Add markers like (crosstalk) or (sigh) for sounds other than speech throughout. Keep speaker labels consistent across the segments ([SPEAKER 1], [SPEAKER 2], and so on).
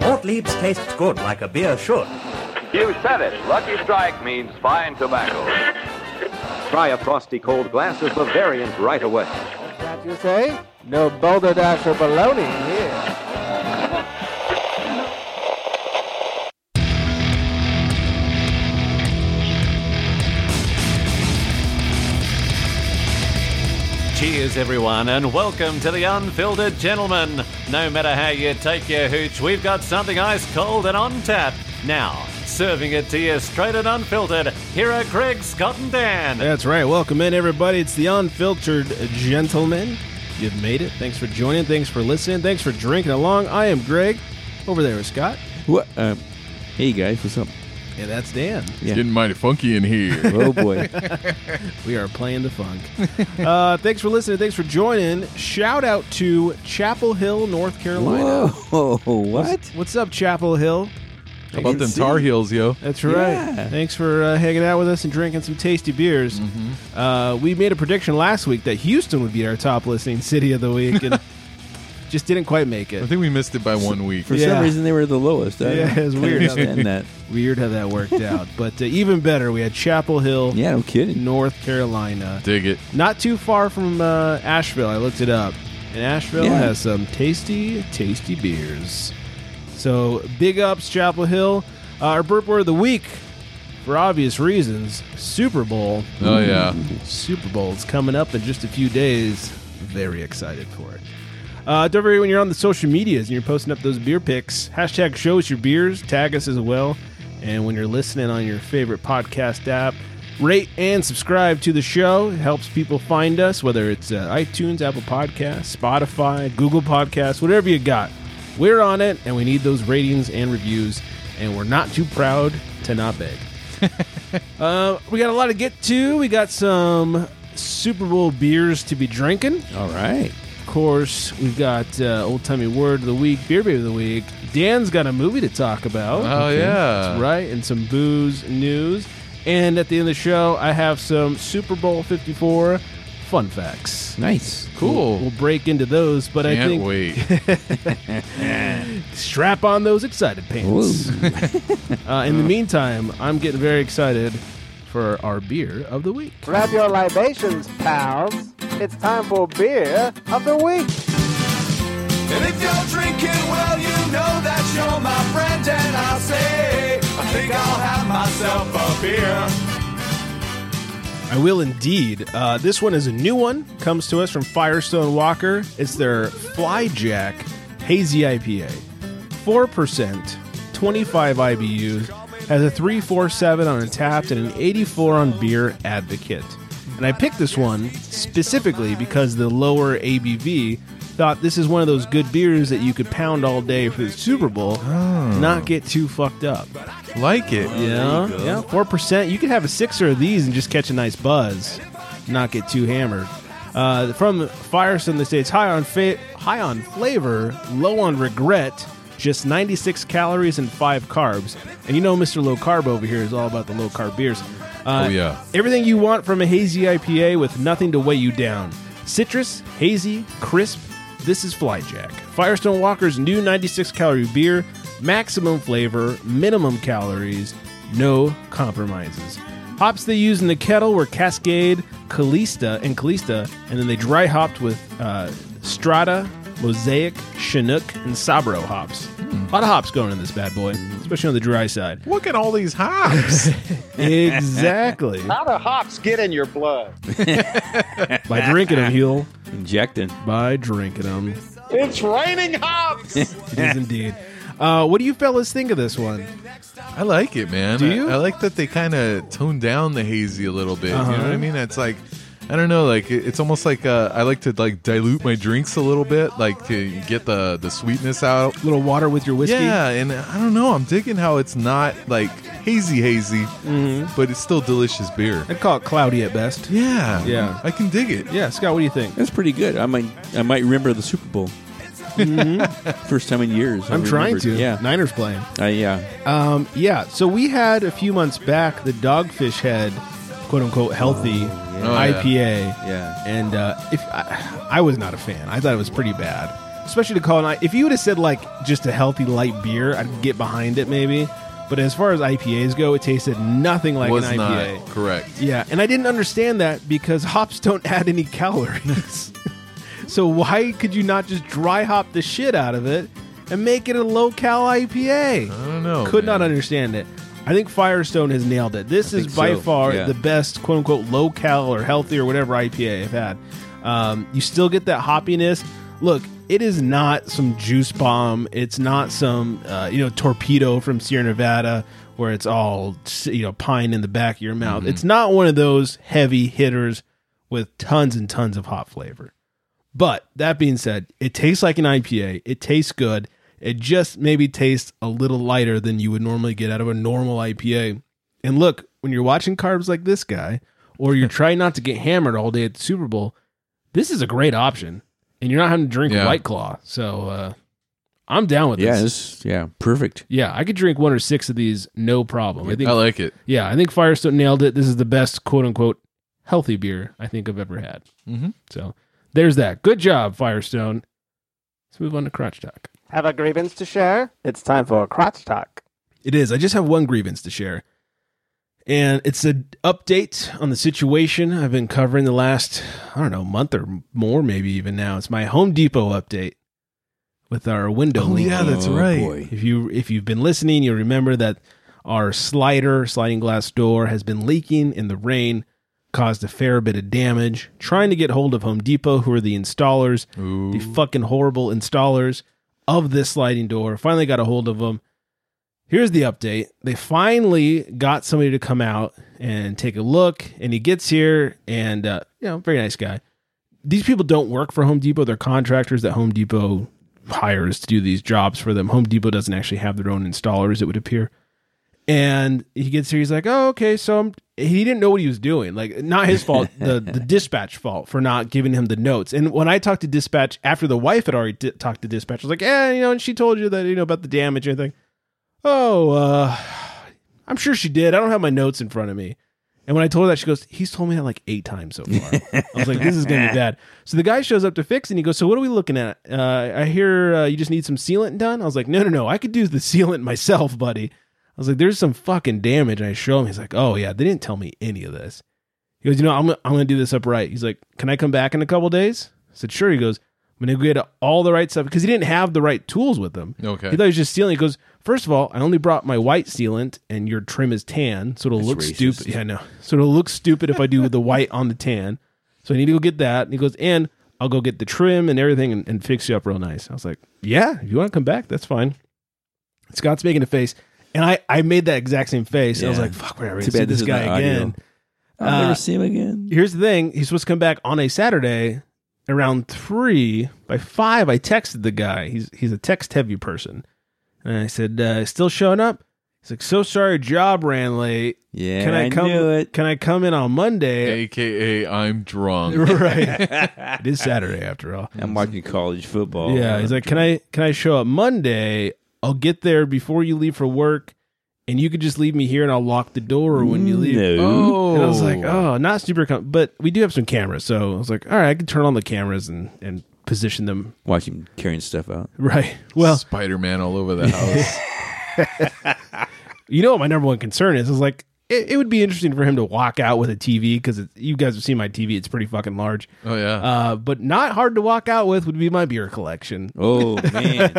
[SPEAKER 1] Gottlieb's tastes good like a beer should.
[SPEAKER 2] You said it. Lucky Strike means fine tobacco.
[SPEAKER 3] Try a frosty cold glass of Bavarian right away.
[SPEAKER 4] Can't you say? No balderdash or baloney here.
[SPEAKER 5] Cheers, everyone, and welcome to the Unfiltered Gentleman. No matter how you take your hooch, we've got something ice cold and on tap. Now, serving it to you straight and unfiltered, here are Craig, Scott, and Dan.
[SPEAKER 6] That's right. Welcome in, everybody. It's the Unfiltered Gentleman. You've made it. Thanks for joining. Thanks for listening. Thanks for drinking along. I am Greg. Over there is Scott.
[SPEAKER 7] What? Um, hey guys, what's up?
[SPEAKER 6] And that's Dan.
[SPEAKER 7] Yeah.
[SPEAKER 8] Getting mighty funky in here.
[SPEAKER 6] (laughs)
[SPEAKER 7] Oh boy,
[SPEAKER 6] We are playing the funk. (laughs) uh, thanks for listening. Thanks for joining. Shout out to Chapel Hill, North Carolina.
[SPEAKER 7] whoa, (laughs) what?
[SPEAKER 6] What's up, Chapel Hill?
[SPEAKER 8] How about them Tar Heels, yo?
[SPEAKER 6] That's right.
[SPEAKER 7] Yeah.
[SPEAKER 6] Thanks for uh, hanging out with us and drinking some tasty beers. Uh, we made a prediction last week that Houston would be our top listening city of the week (laughs) and just didn't quite make
[SPEAKER 8] I
[SPEAKER 6] it.
[SPEAKER 8] think we missed it by one week.
[SPEAKER 7] For
[SPEAKER 6] Yeah.
[SPEAKER 7] some reason, they were the lowest. I
[SPEAKER 6] Yeah, it's
[SPEAKER 7] can't
[SPEAKER 6] weird how they- (laughs)
[SPEAKER 7] Understand that?
[SPEAKER 6] Weird how that worked out. (laughs) But uh, even better, we had Chapel Hill,
[SPEAKER 7] Yeah, no kidding.
[SPEAKER 6] North Carolina.
[SPEAKER 8] Dig it.
[SPEAKER 6] Not too far from uh, Asheville. I looked it up. And Asheville
[SPEAKER 7] Yeah.
[SPEAKER 6] has some tasty, tasty beers. So big ups, Chapel Hill. Uh, our burp word of the week, for obvious reasons, Super Bowl.
[SPEAKER 8] Oh yeah.
[SPEAKER 6] Mm-hmm. Super Bowl's coming up in just a few days. Very excited for it. Uh, don't forget when you're on the social medias and you're posting up those beer pics, hashtag show us your beers, tag us as well. And when you're listening on your favorite podcast app, rate and subscribe to the show. It helps people find us, whether it's uh, iTunes, Apple Podcasts, Spotify, Google Podcasts, whatever you got. We're on it, and we need those ratings and reviews. And we're not too proud to not beg. Uh, we got a lot to get to. We got some Super Bowl beers to be drinking.
[SPEAKER 7] All right.
[SPEAKER 6] Of course, we've got uh, old timey word of the week, beer baby of the week. Dan's got a movie to talk about.
[SPEAKER 8] Oh yeah.
[SPEAKER 6] That's right, and some booze news. And at the end of the show, I have some Super Bowl 54 fun facts.
[SPEAKER 7] Nice.
[SPEAKER 8] Cool.
[SPEAKER 6] We'll break into those, but I
[SPEAKER 8] Can't
[SPEAKER 6] think (laughs)
[SPEAKER 8] wait.
[SPEAKER 6] strap on those excited pants.
[SPEAKER 7] Whoa.
[SPEAKER 6] (laughs) Uh, in the meantime, I'm getting very excited for our beer of the week.
[SPEAKER 4] Grab your libations, pals. It's time for beer of the week.
[SPEAKER 2] And if you're drinking, well, you know that you're my friend, and I say, I think I'll have myself a beer.
[SPEAKER 6] I will indeed. Uh, this one is a new one. Comes to us from Firestone Walker. It's their Flyjack Hazy IPA. 4%, 25 IBUs, has a 347 on Untapped and an 84 on Beer Advocate. And I picked this one specifically because the lower ABV thought this is one of those good beers that you could pound all day for the Super Bowl, not get too fucked up.
[SPEAKER 8] like it.
[SPEAKER 6] Yeah, yeah, four percent. You could have a sixer of these and just catch a nice buzz, not get too hammered. Uh, from Firestone, they say it's high on fa- high on flavor, low on regret, just 96 calories and five carbs. And you know, Mr. Low Carb over here is all about the low carb beers. Uh,
[SPEAKER 8] Oh, yeah.
[SPEAKER 6] everything you want from a hazy IPA with nothing to weigh you down. Citrus, hazy, crisp. This is Flyjack, Firestone Walker's new 96 calorie beer. Maximum flavor, minimum calories, no compromises. Hops they used in the kettle were Cascade, Calista, and Calista, and then they dry hopped with uh, Strata, Mosaic, Chinook, and Sabro hops. A lot of hops going in this bad boy, especially on the dry side.
[SPEAKER 8] Look at all
[SPEAKER 6] (laughs)
[SPEAKER 8] these hops.
[SPEAKER 6] Exactly.
[SPEAKER 9] How do hops get in your blood?
[SPEAKER 6] (laughs) By drinking them, Huel.
[SPEAKER 7] Injecting.
[SPEAKER 6] By drinking them.
[SPEAKER 9] It's raining hops.
[SPEAKER 6] (laughs) It is indeed. Uh, what do you fellas think of this one?
[SPEAKER 8] I like it, man.
[SPEAKER 6] Do
[SPEAKER 8] I-
[SPEAKER 6] you?
[SPEAKER 8] I, like that they kind of toned down the hazy a little bit. You
[SPEAKER 6] Uh-huh.
[SPEAKER 8] know what I mean? It's like. I don't know, like it- it's almost like uh, I like to like dilute my drinks a little bit, like to get the the sweetness out.
[SPEAKER 6] little water with your whiskey?
[SPEAKER 8] Yeah, and I don't know, I'm digging how it's not like hazy, hazy,
[SPEAKER 6] Mm-hmm.
[SPEAKER 8] but it's still delicious beer.
[SPEAKER 6] I'd call it cloudy at best.
[SPEAKER 8] Yeah,
[SPEAKER 6] Yeah.
[SPEAKER 8] I can dig it.
[SPEAKER 6] Yeah, Scott, what do you think?
[SPEAKER 7] That's pretty good. I might. I might remember the Super Bowl. (laughs) First time in years. I
[SPEAKER 6] Mm-hmm. I'm trying
[SPEAKER 7] remembered.
[SPEAKER 6] to.
[SPEAKER 7] Yeah.
[SPEAKER 6] Niners playing.
[SPEAKER 7] Uh, yeah.
[SPEAKER 6] Um, yeah, so we had a few months back the Dogfish Head, quote unquote, healthy
[SPEAKER 8] Oh, yeah.
[SPEAKER 6] IPA.
[SPEAKER 7] Yeah.
[SPEAKER 6] And uh, if I, I was not a fan, I thought it was pretty bad. especially to call an I- if you would have said like just a healthy light beer, I'd get behind it maybe. But as far as IPAs go, it tasted nothing like
[SPEAKER 8] was
[SPEAKER 6] an IPA.
[SPEAKER 8] not correct.
[SPEAKER 6] Yeah, and I didn't understand that because hops don't (laughs) add any calories. (laughs) so why could you not just dry hop the shit out of it and make it a low cal IPA?
[SPEAKER 8] I don't know.
[SPEAKER 6] Could
[SPEAKER 8] man.
[SPEAKER 6] not understand it. I think Firestone has nailed it. This is
[SPEAKER 7] think
[SPEAKER 6] by
[SPEAKER 7] so,
[SPEAKER 6] far
[SPEAKER 7] yeah.
[SPEAKER 6] the best quote unquote low cal or healthy or whatever IPA I've had. Um, you still get that hoppiness. Look, it is not some juice bomb. It's not some uh, you know torpedo from Sierra Nevada where it's all you know pine in the back of your mouth.
[SPEAKER 7] Mm-hmm.
[SPEAKER 6] It's not one of those heavy hitters with tons and tons of hop flavor. But that being said, it tastes like an IPA. It tastes good. It just maybe tastes a little lighter than you would normally get out of a normal IPA. And look, when you're watching carbs like this guy, or you're trying not to get hammered all day at the Super Bowl, this is a great option. And you're not having to drink
[SPEAKER 8] Yeah.
[SPEAKER 6] White Claw. So uh, I'm down with
[SPEAKER 7] Yeah,
[SPEAKER 6] this.
[SPEAKER 7] it's, yeah, perfect.
[SPEAKER 6] Yeah, I could drink one or six of these, no problem. I think,
[SPEAKER 8] I like it.
[SPEAKER 6] yeah, I think Firestone nailed it. This is the best quote unquote healthy beer I think I've ever had.
[SPEAKER 8] Mhm.
[SPEAKER 6] So there's that. Good job, Firestone. Let's move on to crotch talk.
[SPEAKER 4] Have a grievance to share? It's time for a crotch talk.
[SPEAKER 6] It is. I just have one grievance to share. And it's an update on the situation I've been covering the last, I don't know, month or more, maybe even now. It's my Home Depot update with our window leak.
[SPEAKER 8] that's
[SPEAKER 7] Oh,
[SPEAKER 8] right.
[SPEAKER 7] boy.
[SPEAKER 6] If you if you've been listening, you'll remember that our slider sliding glass door has been leaking in the rain, caused a fair bit of damage. Trying to get hold of Home Depot, who are the installers, the fucking horrible installers of this sliding door. Finally got a hold of them. Here's the update. They finally got somebody to come out and take a look, and he gets here, and uh, you know, very nice guy. These people don't work for Home Depot; they're contractors that Home Depot hires to do these jobs for them. Home Depot doesn't actually have their own installers, it would appear. And he gets here, he's like, "Oh, okay." So I'm, he didn't know what he was doing. Like, not his fault, the the dispatch fault for not giving him the notes. And when I talked to dispatch after the wife had already di- talked to dispatch, I was like, "Yeah, you know," and she told you that you know about the damage and everything. Oh, uh, I'm sure she did. I don't have my notes in front of me. And when I told her that, she goes, He's told me that like eight times so far. I was like, This is going to be bad. So the guy shows up to fix and he goes, So what are we looking at? Uh, I hear uh, you just need some sealant done. I was like, No, no, no. I could do the (laughs) sealant myself, buddy. I was like, There's some fucking damage. And I show him. He's like, Oh, yeah. They didn't tell me any of this. He goes, You know, I'm, gonna- I'm going to do this upright. He's like, Can I come back in a couple days? I said, Sure. He goes, I'm going to get all the right stuff because he didn't have the right tools with him.
[SPEAKER 8] Okay.
[SPEAKER 6] He thought he was just stealing. He goes, First of all, I only brought my white sealant and your trim is tan. So it'll
[SPEAKER 7] That's
[SPEAKER 6] look
[SPEAKER 7] racist.
[SPEAKER 6] stupid. Yeah, I know. So it'll look stupid if I do the white on the tan. So I need to go get that. And he goes, and I'll go get the trim and everything and, and fix you up real nice. I was like, yeah, if you want to come back, that's fine. Scott's making a face. And I, I made that exact same face. I was
[SPEAKER 7] Yeah.
[SPEAKER 6] like, fuck, whatever.
[SPEAKER 7] Too bad
[SPEAKER 6] this
[SPEAKER 7] this is
[SPEAKER 6] guy
[SPEAKER 7] not audio.
[SPEAKER 6] again.
[SPEAKER 7] I'll
[SPEAKER 6] Uh,
[SPEAKER 7] never see him again.
[SPEAKER 6] Here's the thing. He's supposed to come back on a Saturday around three. By five, I texted the guy. He's he's a text heavy person. And I said, uh, still showing up? He's like, so sorry, job ran late.
[SPEAKER 7] Yeah,
[SPEAKER 6] Can I, come?
[SPEAKER 7] knew it.
[SPEAKER 6] Can I come in on Monday? (laughs)
[SPEAKER 8] AKA, I'm drunk.
[SPEAKER 6] right. Oh, it is Saturday after (laughs) all.
[SPEAKER 7] I'm watching college football.
[SPEAKER 6] Yeah, he's like, "Can I can I show up Monday? I'll get there before you leave for work, and you could just leave me here, and I'll lock the door when you leave."
[SPEAKER 7] No.
[SPEAKER 8] Oh,
[SPEAKER 6] And I was like, "Oh, not super, com- but we do have some cameras." So I was like, "All right, I can turn on the cameras and and position them (laughs)
[SPEAKER 7] Watch him carrying stuff out.
[SPEAKER 6] right." Well,
[SPEAKER 8] Spider Man all over the
[SPEAKER 6] (laughs)
[SPEAKER 8] house.
[SPEAKER 6] you know what my number one concern is? Is like it, it would be interesting for him to walk out with a TV because you guys have seen my TV; it's pretty fucking large.
[SPEAKER 8] oh yeah.
[SPEAKER 6] Uh, but not hard to walk out with would be my beer collection.
[SPEAKER 7] Oh
[SPEAKER 6] (laughs)
[SPEAKER 7] man,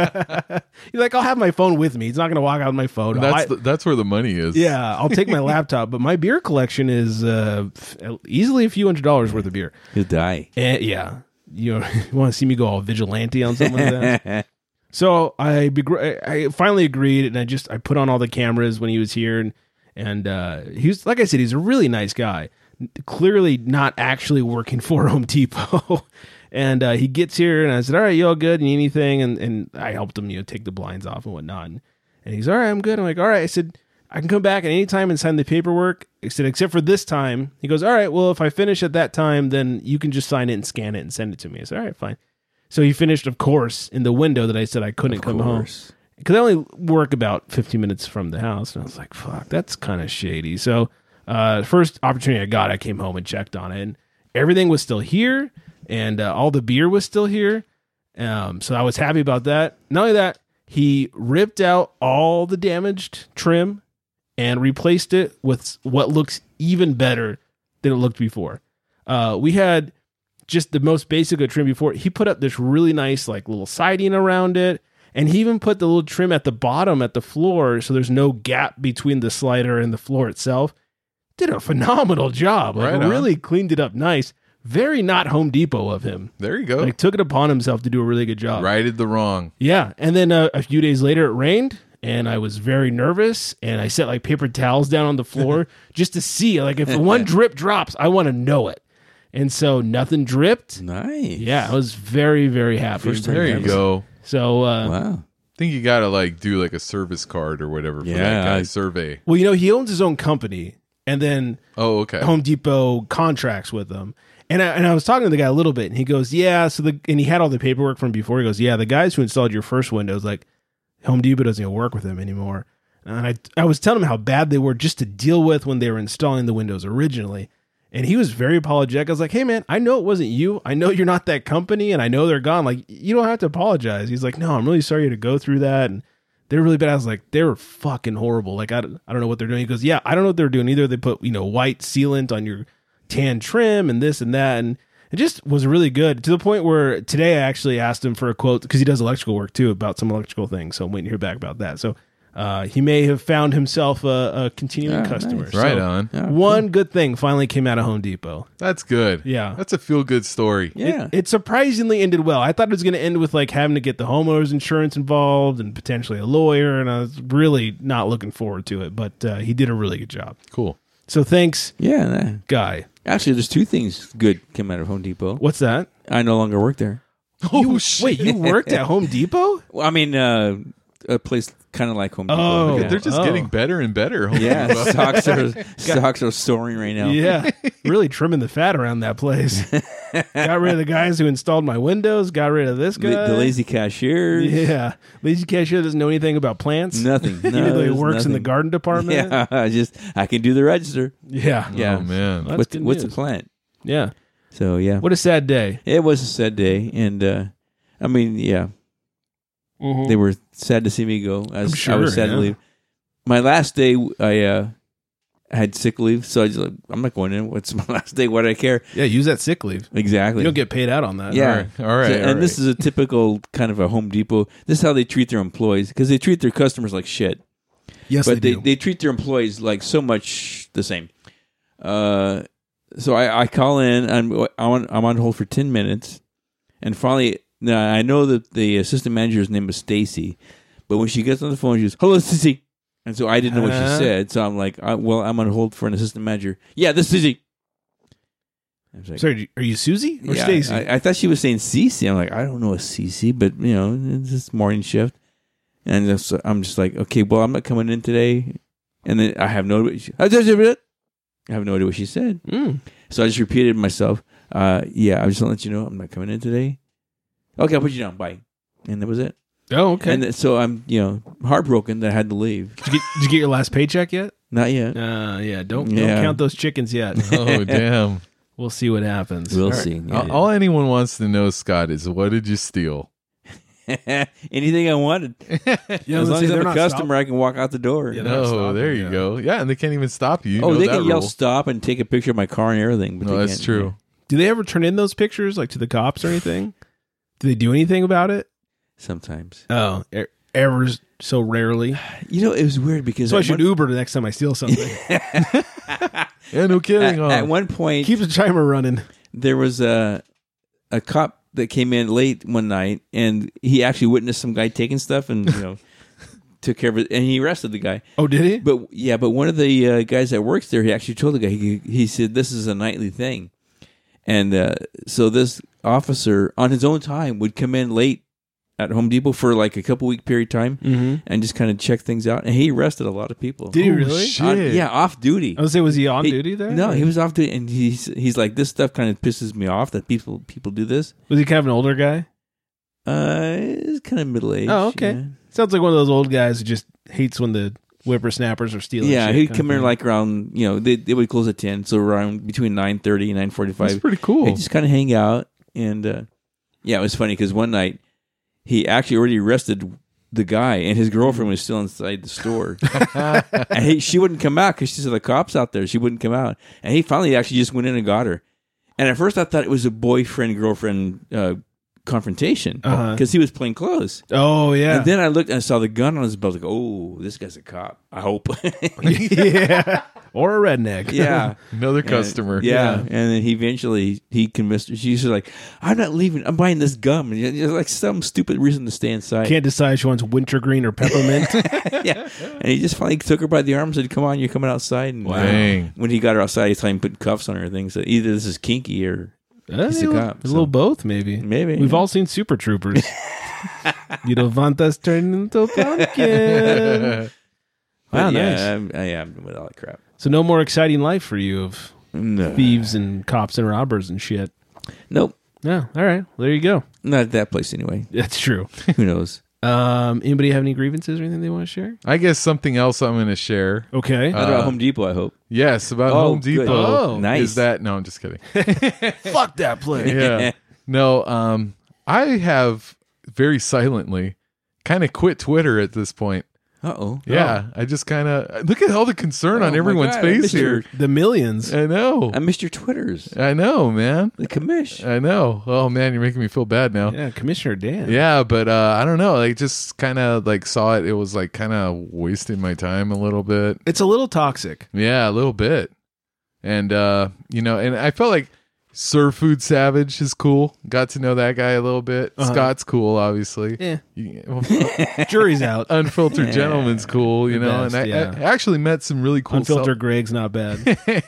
[SPEAKER 6] He's like, I'll have my phone with me. He's not going to walk out with my phone.
[SPEAKER 8] that's
[SPEAKER 6] I-
[SPEAKER 8] the, that's where the money is.
[SPEAKER 6] Yeah, I'll
[SPEAKER 8] (laughs)
[SPEAKER 6] take my laptop, but my beer collection is uh, f- easily a few hundred dollars worth of beer.
[SPEAKER 7] he'll die.
[SPEAKER 6] Eh, yeah, you, (laughs) know, you want to see me go all vigilante on something like that? so I, begr- I I finally agreed, and I just I put on all the cameras when he was here, and and uh, he was like I said, he's a really nice guy. Clearly not actually working for (laughs) Home Depot. And uh, he gets here, and I said, "All right, you all good? Need anything?" And and I helped him, you know, take the blinds off and whatnot. And, and he's, "All right, I'm good." I'm like, "All right." I said, "I can come back at any time and sign the paperwork." I said, "Except for this time." He goes, "All right. Well, if I finish at that time, then you can just sign it and scan it and send it to me." I said, "All right, fine." So he finished, of course, in the window that I said I couldn't come home
[SPEAKER 7] course.
[SPEAKER 6] because I only work about 15 minutes from the house. And I was like, fuck, that's kind of shady. So, uh, first opportunity I got, I came home and checked on it. And everything was still here, and uh, all the beer was still here. Um, so I was happy about that. Not only that, he ripped out all the damaged trim and replaced it with what looks even better than it looked before. Uh, we had just the most basic of trim before. He put up this really nice like little siding around it, and he even put the little trim at the bottom at the floor, so there's no gap between the slider and the floor itself. Did a phenomenal job. Like
[SPEAKER 8] Right on.
[SPEAKER 6] really cleaned it up nice. Very not Home Depot of him.
[SPEAKER 8] There
[SPEAKER 7] Oh.
[SPEAKER 8] you go.
[SPEAKER 6] Like uh, took it upon himself to do a really good job.
[SPEAKER 8] Righted the wrong.
[SPEAKER 6] Yeah, and then uh, a few days later, it rained, and I was very nervous, and I set like paper towels down on
[SPEAKER 7] (laughs)
[SPEAKER 6] the floor just to see, like, if one drip drops, I want to know it. And so nothing dripped.
[SPEAKER 7] Nice.
[SPEAKER 6] Yeah, I was very very happy.
[SPEAKER 7] First time
[SPEAKER 8] There you
[SPEAKER 7] Nice.
[SPEAKER 8] go.
[SPEAKER 6] So, uh,
[SPEAKER 7] Wow.
[SPEAKER 8] think you gotta like do like a service card or whatever for
[SPEAKER 7] Yeah,
[SPEAKER 8] that guy
[SPEAKER 7] I-
[SPEAKER 8] survey.
[SPEAKER 6] well, you know, he owns his own company, and then
[SPEAKER 8] Oh, okay.
[SPEAKER 6] Home Depot contracts with them. And I, and I was talking to the guy a little bit, and he goes, "Yeah." So the and he had all the paperwork from before. He goes, "Yeah, the guys who installed your first windows, like Home Depot doesn't even work with them anymore." And I I was telling him how bad they were just to deal with when they were installing the windows originally, and he was very apologetic. I was like, "Hey man, I know it wasn't you. I know you're not that company, and I know they're gone. Like you don't have to apologize." He's like, "No, I'm really sorry you had to go through that." And they're really bad. I was like, they were fucking horrible. Like, I, don't- I don't know what they're doing. He goes, yeah, I don't know what they're doing either. They put, you know, white sealant on your tan trim and this and that. And it just was really good to the point where today I actually asked him for a quote because he does electrical work too about some electrical things. So I'm waiting to hear back about that. So uh, he may have found himself a, a continuing
[SPEAKER 7] Ah,
[SPEAKER 6] customer.
[SPEAKER 7] nice.
[SPEAKER 8] right
[SPEAKER 6] So
[SPEAKER 8] on.
[SPEAKER 7] Yeah,
[SPEAKER 6] One good thing finally came out of Home Depot.
[SPEAKER 8] That's good.
[SPEAKER 6] Yeah.
[SPEAKER 8] That's a feel good story.
[SPEAKER 7] cool. Yeah.
[SPEAKER 6] It surprisingly ended well. I thought it was going to end with like having to get the homeowners insurance involved and potentially a lawyer, and I was really not looking forward to it. But uh, he did a really good job.
[SPEAKER 8] Cool.
[SPEAKER 6] So thanks,
[SPEAKER 7] yeah. nah.
[SPEAKER 6] guy.
[SPEAKER 7] Actually, there's two things good came out of Home Depot.
[SPEAKER 6] What's that?
[SPEAKER 7] I no longer work there.
[SPEAKER 8] Oh
[SPEAKER 6] You-
[SPEAKER 8] shit.
[SPEAKER 6] Wait, you worked at
[SPEAKER 7] (laughs)
[SPEAKER 6] Home Depot?
[SPEAKER 7] Well, I mean, uh, a place kind of like Home Depot.
[SPEAKER 6] Oh.
[SPEAKER 7] yeah.
[SPEAKER 8] They're just
[SPEAKER 6] Oh.
[SPEAKER 8] getting better and better. Home
[SPEAKER 7] (laughs) Yeah, (laughs)
[SPEAKER 6] (laughs)
[SPEAKER 8] Depot.
[SPEAKER 7] stocks are stocks are soaring right now.
[SPEAKER 6] Yeah, really trimming the fat around
[SPEAKER 7] (laughs)
[SPEAKER 6] that place. got rid of the guys who installed my windows. Got rid of this
[SPEAKER 7] The,
[SPEAKER 6] guy.
[SPEAKER 7] the lazy cashiers.
[SPEAKER 6] Yeah, lazy cashier doesn't know anything about plants. (laughs)
[SPEAKER 7] Nothing. No,
[SPEAKER 6] Even though he
[SPEAKER 7] there's
[SPEAKER 6] works in the
[SPEAKER 7] nothing.
[SPEAKER 6] garden department.
[SPEAKER 7] (laughs) Yeah, I just I can do the register.
[SPEAKER 6] Yeah.
[SPEAKER 7] Yeah.
[SPEAKER 8] Oh man.
[SPEAKER 6] That's
[SPEAKER 7] what's
[SPEAKER 6] good
[SPEAKER 7] what's the
[SPEAKER 6] news.
[SPEAKER 7] plant?
[SPEAKER 6] Yeah.
[SPEAKER 7] So yeah,
[SPEAKER 6] What a sad day.
[SPEAKER 7] it was a sad day, and uh, I mean, yeah, they were sad to see me go. As
[SPEAKER 6] I'm
[SPEAKER 7] I was
[SPEAKER 6] sure,
[SPEAKER 7] sad to
[SPEAKER 6] yeah.
[SPEAKER 7] leave. My last day, I uh, had sick leave, so I just like, I'm not going in. What's (laughs) my last day? Why do I care?
[SPEAKER 6] Yeah, use that sick leave.
[SPEAKER 7] Exactly.
[SPEAKER 6] You don't get paid out on that.
[SPEAKER 7] Yeah.
[SPEAKER 8] All right. All right.
[SPEAKER 7] So- and this is a typical kind of a Home Depot. This is how they treat their employees because they treat their customers like shit.
[SPEAKER 6] Yes,
[SPEAKER 7] but they, they, treat their employees like so much the same. Uh, so I, I call in. I'm I'm on, I'm on hold for ten minutes, and finally, now I know that the assistant manager's name is Stacy, but when she gets on the phone, she goes, "Hello, Stacy," and so I didn't know what she
[SPEAKER 6] Huh?
[SPEAKER 7] said. So I'm like, I, "Well, I'm on hold for an assistant manager." Yeah, this is Stacy. I was like,
[SPEAKER 6] Sorry, are you Susie or
[SPEAKER 7] yeah,
[SPEAKER 6] Stacy?
[SPEAKER 7] I, I thought she was saying Cece. I'm like, I don't know a Cece, but you know, it's this morning shift, and that's- I'm just like, okay, well, I'm not coming in today, and then I have no, I have no idea what she said.
[SPEAKER 6] Mm.
[SPEAKER 7] So I just repeated myself. Uh, yeah, I just want to let you know I'm not coming in today. Okay, I'll put you down. Bye. And that was it.
[SPEAKER 6] Oh, okay.
[SPEAKER 7] And th- so I'm, you know, heartbroken that I had to leave.
[SPEAKER 6] did, you get, did you get your last paycheck yet?
[SPEAKER 7] Not yet.
[SPEAKER 6] Uh, yeah. Don't
[SPEAKER 7] Yeah.
[SPEAKER 6] don't count those chickens
[SPEAKER 7] (laughs)
[SPEAKER 6] yet. (laughs)
[SPEAKER 8] oh damn.
[SPEAKER 6] we'll see what happens.
[SPEAKER 7] We'll see.
[SPEAKER 8] All- All anyone wants to know, Scott, is what did you
[SPEAKER 7] Yeah.
[SPEAKER 8] steal?
[SPEAKER 7] (laughs) Anything I wanted.
[SPEAKER 6] Yeah,
[SPEAKER 7] as
[SPEAKER 6] let's
[SPEAKER 7] long
[SPEAKER 6] say
[SPEAKER 7] as
[SPEAKER 6] they're
[SPEAKER 7] I'm a
[SPEAKER 6] not
[SPEAKER 7] customer, I can walk out the door.
[SPEAKER 6] Yeah, They're not
[SPEAKER 8] Oh,
[SPEAKER 6] stopping,
[SPEAKER 8] there you
[SPEAKER 6] yeah.
[SPEAKER 8] go. Yeah, and they can't even stop you. you
[SPEAKER 7] oh,
[SPEAKER 8] know
[SPEAKER 7] they
[SPEAKER 8] that
[SPEAKER 7] can yell
[SPEAKER 8] rule.
[SPEAKER 7] stop and take a picture of my car and everything. But
[SPEAKER 8] No,
[SPEAKER 7] they
[SPEAKER 8] that's
[SPEAKER 7] can't-
[SPEAKER 8] true.
[SPEAKER 6] Do they ever turn in those pictures like to the cops or anything? do they do anything about it?
[SPEAKER 7] Sometimes.
[SPEAKER 6] Oh, er, ever s- so rarely.
[SPEAKER 7] You know, it was weird because
[SPEAKER 6] So I
[SPEAKER 7] at,
[SPEAKER 6] should
[SPEAKER 7] one,
[SPEAKER 6] Uber the next time I steal something.
[SPEAKER 7] (laughs)
[SPEAKER 8] Yeah, no
[SPEAKER 7] at,
[SPEAKER 8] kidding. oh.
[SPEAKER 7] at one point
[SPEAKER 6] Keep the timer running.
[SPEAKER 7] there was a a cop that came in late one night and he actually witnessed some guy taking stuff and you
[SPEAKER 8] (laughs)
[SPEAKER 7] know took care of it and he arrested the guy.
[SPEAKER 6] Oh, did he?
[SPEAKER 7] But yeah, but one of the uh, guys that works there, he actually told the guy he he said this is a nightly thing, and uh, so this officer on his own time would come in late at Home Depot for like a couple week period
[SPEAKER 8] Mm-hmm.
[SPEAKER 7] time and just kind of check things out, and he arrested a lot of people.
[SPEAKER 6] did he
[SPEAKER 8] Holy
[SPEAKER 6] really?
[SPEAKER 8] shit.
[SPEAKER 7] On- yeah, off duty.
[SPEAKER 6] I was say, was he on
[SPEAKER 7] He-
[SPEAKER 6] duty there?
[SPEAKER 7] No,
[SPEAKER 6] Or-
[SPEAKER 7] he was off duty, and he's he's like this stuff kind of pisses me off that people people do this.
[SPEAKER 6] was he kind of an older guy?
[SPEAKER 7] Uh, it's kind of middle age.
[SPEAKER 6] Oh, okay. Sounds like one of those old guys who just hates when the whippersnappers are
[SPEAKER 7] Yeah,
[SPEAKER 6] stealing.
[SPEAKER 7] yeah
[SPEAKER 6] shit
[SPEAKER 7] he'd
[SPEAKER 6] kind of
[SPEAKER 7] come in
[SPEAKER 6] thing.
[SPEAKER 7] like around you know they they would close at ten, so around between nine thirty and nine forty
[SPEAKER 8] that's
[SPEAKER 7] five.
[SPEAKER 8] pretty
[SPEAKER 7] They
[SPEAKER 8] cool.
[SPEAKER 7] just kind of hang out, and uh, yeah, it was funny because one night he actually already arrested the guy, and his girlfriend was still inside the store, and he, she wouldn't come out because she said the cops out there. She wouldn't come out, and he finally actually just went in and got her. And at first, I thought it was a boyfriend girlfriend uh, confrontation because he was plain clothes.
[SPEAKER 6] Oh yeah.
[SPEAKER 7] And then I looked and I saw the gun on his belt. Like, oh, this guy's a cop. I hope. (laughs)
[SPEAKER 6] (laughs) yeah. Or a redneck.
[SPEAKER 7] yeah.
[SPEAKER 8] Another
[SPEAKER 7] And-
[SPEAKER 8] customer.
[SPEAKER 7] Yeah. And then he eventually he convinced her. She's just like, I'm not leaving. I'm buying this gum. And it's like some stupid reason to stay inside.
[SPEAKER 6] (laughs) Can't decide she wants wintergreen or peppermint.
[SPEAKER 7] (laughs)
[SPEAKER 6] Uh,
[SPEAKER 7] yeah. And he just finally took her by the arm and said, Come on, you're coming outside. And uh,
[SPEAKER 8] Wow. Dang.
[SPEAKER 7] when he got her outside, he's telling putting cuffs on her and things. So either this is kinky or
[SPEAKER 6] Uh,
[SPEAKER 7] He's a
[SPEAKER 6] you know,
[SPEAKER 7] cop,
[SPEAKER 6] A
[SPEAKER 7] so-
[SPEAKER 6] little both, maybe.
[SPEAKER 7] Maybe,
[SPEAKER 6] We've
[SPEAKER 7] yeah.
[SPEAKER 6] all seen
[SPEAKER 7] (laughs)
[SPEAKER 6] Super Troopers. you don't want us turning into a pumpkin.
[SPEAKER 7] (laughs)
[SPEAKER 6] Wow,
[SPEAKER 7] But yeah,
[SPEAKER 6] nice.
[SPEAKER 7] I'm, I am with all that crap.
[SPEAKER 6] So no more exciting life for you of
[SPEAKER 7] No.
[SPEAKER 6] thieves and cops and robbers and shit.
[SPEAKER 7] Nope.
[SPEAKER 6] Yeah. All right. Well, there you go.
[SPEAKER 7] Not at that place anyway. (laughs)
[SPEAKER 6] That's true.
[SPEAKER 7] Who knows?
[SPEAKER 6] Um, anybody have any grievances or anything they want to share?
[SPEAKER 8] I guess something else I'm going to share.
[SPEAKER 6] Okay.
[SPEAKER 7] Not about Home Depot, I hope.
[SPEAKER 8] Yes, about
[SPEAKER 7] Oh,
[SPEAKER 8] Home
[SPEAKER 7] good.
[SPEAKER 8] Depot.
[SPEAKER 7] Oh, nice.
[SPEAKER 8] Is that no? I'm just kidding. (laughs)
[SPEAKER 6] fuck that place.
[SPEAKER 8] Yeah. no. Um, I have very silently kind of quit Twitter at this point.
[SPEAKER 7] Uh oh.
[SPEAKER 8] Yeah, I just kind of look at all the concern
[SPEAKER 6] Oh
[SPEAKER 8] on everyone's face here.
[SPEAKER 6] The millions.
[SPEAKER 8] I know.
[SPEAKER 7] I missed your Twitters.
[SPEAKER 8] I know, man.
[SPEAKER 7] The commish.
[SPEAKER 8] I know. Oh man, you're making me feel bad now.
[SPEAKER 6] yeah, Commissioner Dan.
[SPEAKER 8] Yeah, but uh, I don't know. I just kind of like saw it. It was like kind of wasting my time a little bit.
[SPEAKER 6] It's a little toxic.
[SPEAKER 8] Yeah, a little bit. And uh, you know, and I felt like Sir Food Savage is cool. Got to know that guy a little bit.
[SPEAKER 6] Uh-huh.
[SPEAKER 8] Scott's cool, obviously.
[SPEAKER 6] Yeah.
[SPEAKER 8] You- well,
[SPEAKER 6] Eh,
[SPEAKER 8] (laughs)
[SPEAKER 6] Jury's out. (laughs)
[SPEAKER 8] Unfiltered gentleman's cool, you
[SPEAKER 6] The
[SPEAKER 8] know.
[SPEAKER 6] best,
[SPEAKER 8] and I,
[SPEAKER 6] yeah.
[SPEAKER 8] I actually met some really cool
[SPEAKER 6] Unfiltered Greg's not
[SPEAKER 8] (laughs)
[SPEAKER 6] bad.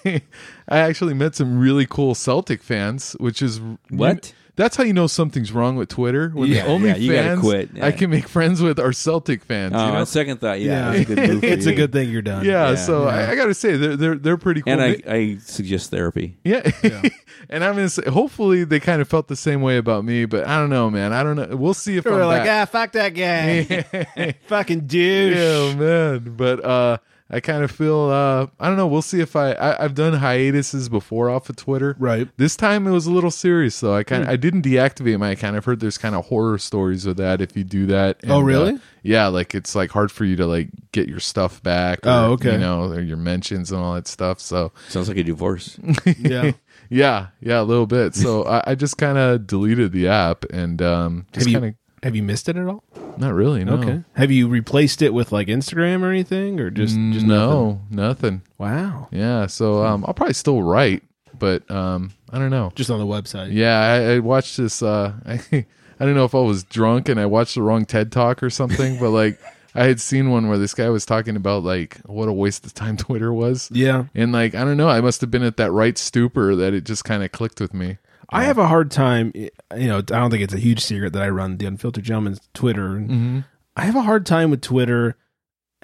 [SPEAKER 8] I actually met some really cool Celtic fans, which is
[SPEAKER 7] What?
[SPEAKER 8] that's how you know something's wrong with Twitter. When
[SPEAKER 7] Yeah,
[SPEAKER 8] the only
[SPEAKER 7] yeah, you gotta
[SPEAKER 8] fans
[SPEAKER 7] quit, yeah.
[SPEAKER 8] I can make friends with are Celtic fans.
[SPEAKER 7] Oh,
[SPEAKER 8] you know?
[SPEAKER 7] on second thought, yeah,
[SPEAKER 6] Yeah.
[SPEAKER 7] It's, a good move for
[SPEAKER 6] (laughs) it's a
[SPEAKER 7] you.
[SPEAKER 6] good thing you're done.
[SPEAKER 8] yeah,
[SPEAKER 7] yeah,
[SPEAKER 8] so uh, I, I got to say they're they're they're pretty cool.
[SPEAKER 7] And I,
[SPEAKER 8] They-
[SPEAKER 7] I suggest therapy.
[SPEAKER 8] yeah. (laughs) and I'm gonna say, hopefully they kind of felt the same way about me, but I don't know, man. I don't know. We'll see if
[SPEAKER 6] They
[SPEAKER 8] I'm
[SPEAKER 6] were like,
[SPEAKER 8] back.
[SPEAKER 6] ah, fuck that guy.
[SPEAKER 8] (laughs)
[SPEAKER 6] Fucking douche.
[SPEAKER 8] yeah, man. But uh, I kind of feel uh, I don't know. We'll see if I, I I've done hiatuses before off of Twitter.
[SPEAKER 6] Right. Hmm.
[SPEAKER 8] This time it was a little serious though. I kind of I didn't deactivate my account. I've heard there's kind of horror stories of that if you do that.
[SPEAKER 6] Oh, really?
[SPEAKER 8] uh, yeah, like it's like hard for you to like get your stuff back. Or,
[SPEAKER 6] Oh, okay.
[SPEAKER 8] You know, or your mentions and all that stuff. So
[SPEAKER 7] Sounds like a (laughs) divorce.
[SPEAKER 8] (laughs)
[SPEAKER 6] Yeah.
[SPEAKER 8] yeah, yeah, a little
[SPEAKER 6] (laughs)
[SPEAKER 8] bit. So I, I just kind of deleted the app and um,
[SPEAKER 6] Have
[SPEAKER 8] just
[SPEAKER 6] you
[SPEAKER 8] kind
[SPEAKER 6] have you missed it at all?
[SPEAKER 8] of not really. No.
[SPEAKER 6] Okay. Have you replaced it with like Instagram or anything, or just just nothing?
[SPEAKER 8] no, nothing.
[SPEAKER 6] Wow.
[SPEAKER 8] Yeah, so um, I'll probably still write, but um, I don't know.
[SPEAKER 6] Just on the website.
[SPEAKER 8] Yeah, I, I watched this. Uh, (laughs) I, I don't know if I was drunk and I watched the wrong TED talk or something, but (laughs) like I had seen one where this guy was talking about like what a waste of time (laughs) Twitter was.
[SPEAKER 6] Yeah.
[SPEAKER 8] And like I don't know, I must have been at that right stupor that it just kind of clicked with me.
[SPEAKER 6] I have a hard time. You know, I don't think it's a huge secret that I run the Unfiltered Gentleman's Twitter.
[SPEAKER 8] Mm-hmm.
[SPEAKER 6] I have a hard time with Twitter.